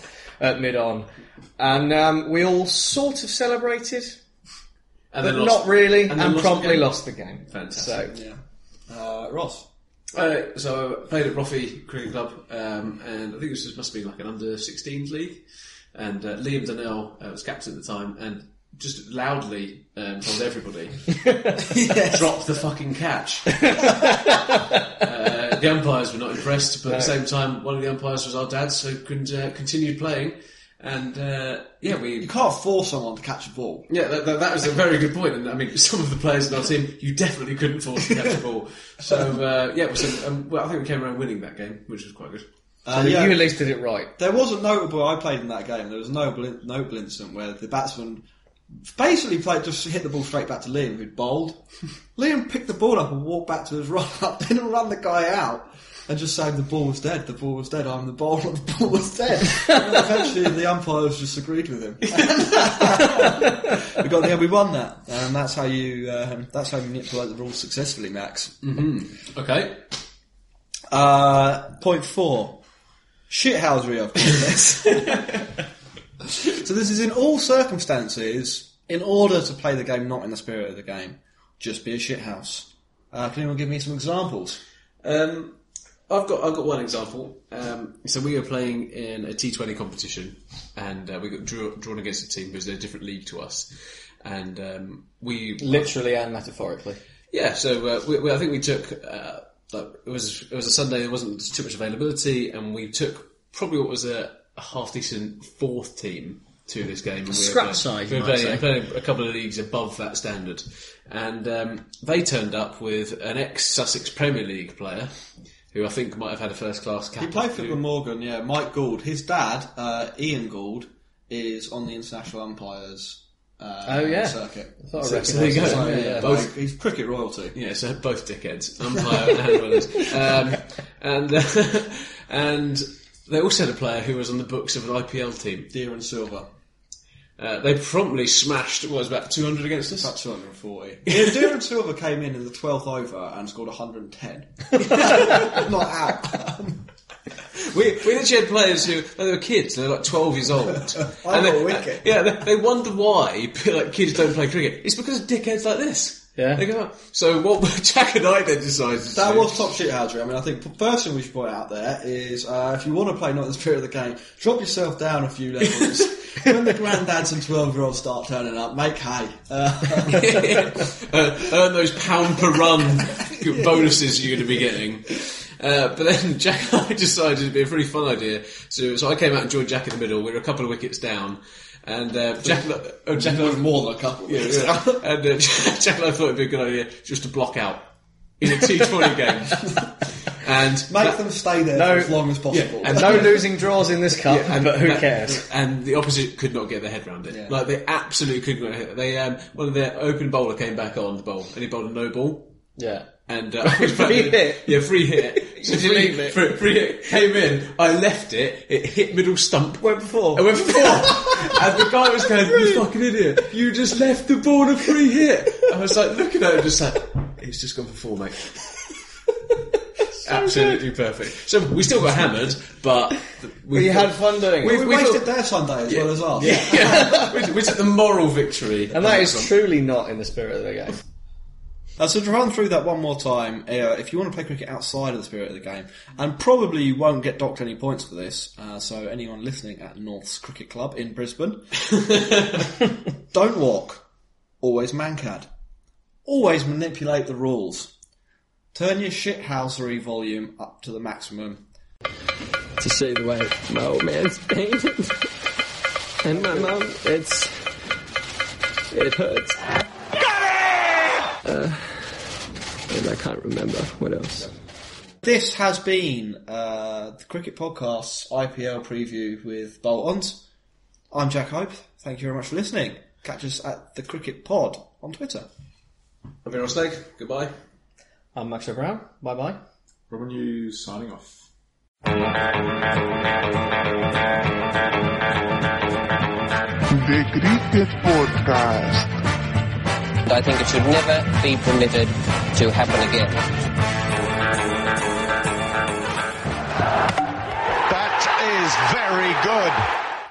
at mid on, and um, we all sort of celebrated. and but then lost- not really, and, then promptly again. lost the game. Fantastic. So Yeah. Uh, Ross. Uh, so I played at Roffey Cricket Club, um, and I think this was- must be like an under 16s league. And uh, Liam Donnell uh, was captain at the time, and just loudly um, told everybody, "Drop the fucking catch." uh, the umpires were not impressed, but at the same time, one of the umpires was our dad, so couldn't uh, continued playing. And uh, yeah, we You can't force someone to catch a ball. yeah, that, that, that was a very good point. And I mean, some of the players in our team, you definitely couldn't force to catch the ball. So uh, yeah, so, um, well, I think we came around winning that game, which was quite good. Uh, but yeah. you at least did it right. There was a notable. I played in that game. There was a notable, notable incident where the batsman basically played just hit the ball straight back to Liam, who'd bowled. Liam picked the ball up and walked back to his run up, didn't run the guy out, and just saying the ball was dead. The ball was dead. I'm the bowler. The ball was dead. and then eventually, the umpires just agreed with him. we got there. We won that, and that's how you. Um, that's how you manipulate the rules successfully, Max. Okay, Uh, point four. Shithousery, I've called this. so this is in all circumstances, in order to play the game not in the spirit of the game, just be a shithouse. Uh, can anyone give me some examples? um, I've got I've got one example. Um, so we were playing in a T Twenty competition, and uh, we got drew, drawn against a team because they're a different league to us, and um, we Literally and metaphorically. Yeah, so uh, we, we, I think we took uh, like, it was it was a Sunday. There wasn't too much availability, and we took probably what was a, a half decent fourth team to this game. And we Scrap were, side, We you were might playing, say. playing a couple of leagues above that standard, and um, they turned up with an ex Sussex Premier League player. Who I think might have had a first class cap. He played for Who- Glamorgan, yeah. Mike Gould. His dad, uh, Ian Gould, is on the international umpires uh, Oh, yeah. circuit. I thought I So- so there recognised you go. that. Yeah, yeah. Both Like, he's cricket royalty. Yeah, so both dickheads, umpire and handballers. Um, and uh, and they also had a player who was on the books of an IPL team. Deer and Silver. Uh, they promptly smashed what was about 200 against About us. 240. Yeah, Deer and Silver came in in the 12th over and scored 110. Not out. We, we literally had players who they were kids, they were like 12 years old. and they, uh, a wicket. yeah, they, they wonder why like kids don't play cricket. It's because of dickheads like this. Yeah. They go, "Oh." so what Jack and I then decided to That do- was top shit housery. I mean, I think the first thing we should point out there is uh, if you want to play not in the spirit of the game, drop yourself down a few levels. when the granddads and 12 year olds start turning up, make hay. Uh, uh, earn those pound per run bonuses you're going to be getting. Uh, but then Jack and I decided it'd be a pretty fun idea. So, so I came out and joined Jack in the middle. We were a couple of wickets down. And uh, Jack, and I- oh, Jack and I- more, more than a couple. yeah, yeah. And uh, Jack and I thought it'd be a good idea just to block out in a T20 game. And Make that- them stay there No. for as long as possible. and No losing draws in this cup, but who that- cares? And the opposite could not get their head around it. Yeah. Like they absolutely could not. get- They um, one of their open bowler came back on the bowl and he bowled a no ball. Yeah. And uh, I was Free playing- hit. Yeah, free hit. You free, leave it. Free, free hit came in. I left it. It hit middle stump. Went before. I went for four. and the guy was going, "You fucking idiot! You just left the ball a free hit." I was like looking at him, just like, "It's just gone for four, mate." Absolutely perfect. So we still got hammered, but th- we But you thought- had fun doing it. We- we we wasted thought- their Sunday as well as ours. yeah, we, we took the moral victory, and that is truly not in the spirit of the game. Uh, so to run through that one more time, uh, if you want to play cricket outside of the spirit of the game, and probably you won't get docked any points for this, uh, so anyone listening at North's Cricket Club in Brisbane, don't walk. Always mancad. Always manipulate the rules. Turn your shithousery volume up to the maximum. To say the way my old man's painted. And my mom, it's. It hurts. Got it! Uh, and I can't remember what else. This has been uh, the Cricket Podcast's IPL preview with Bolt-ons. I'm Jack Hope. Thank you very much for listening. Catch us at the Cricket Pod on Twitter. I've been on snake. Goodbye. I'm Max Brown. Bye bye. Robin, you signing off? The Cricket Podcast. I think it should never be permitted to happen again. That is very good.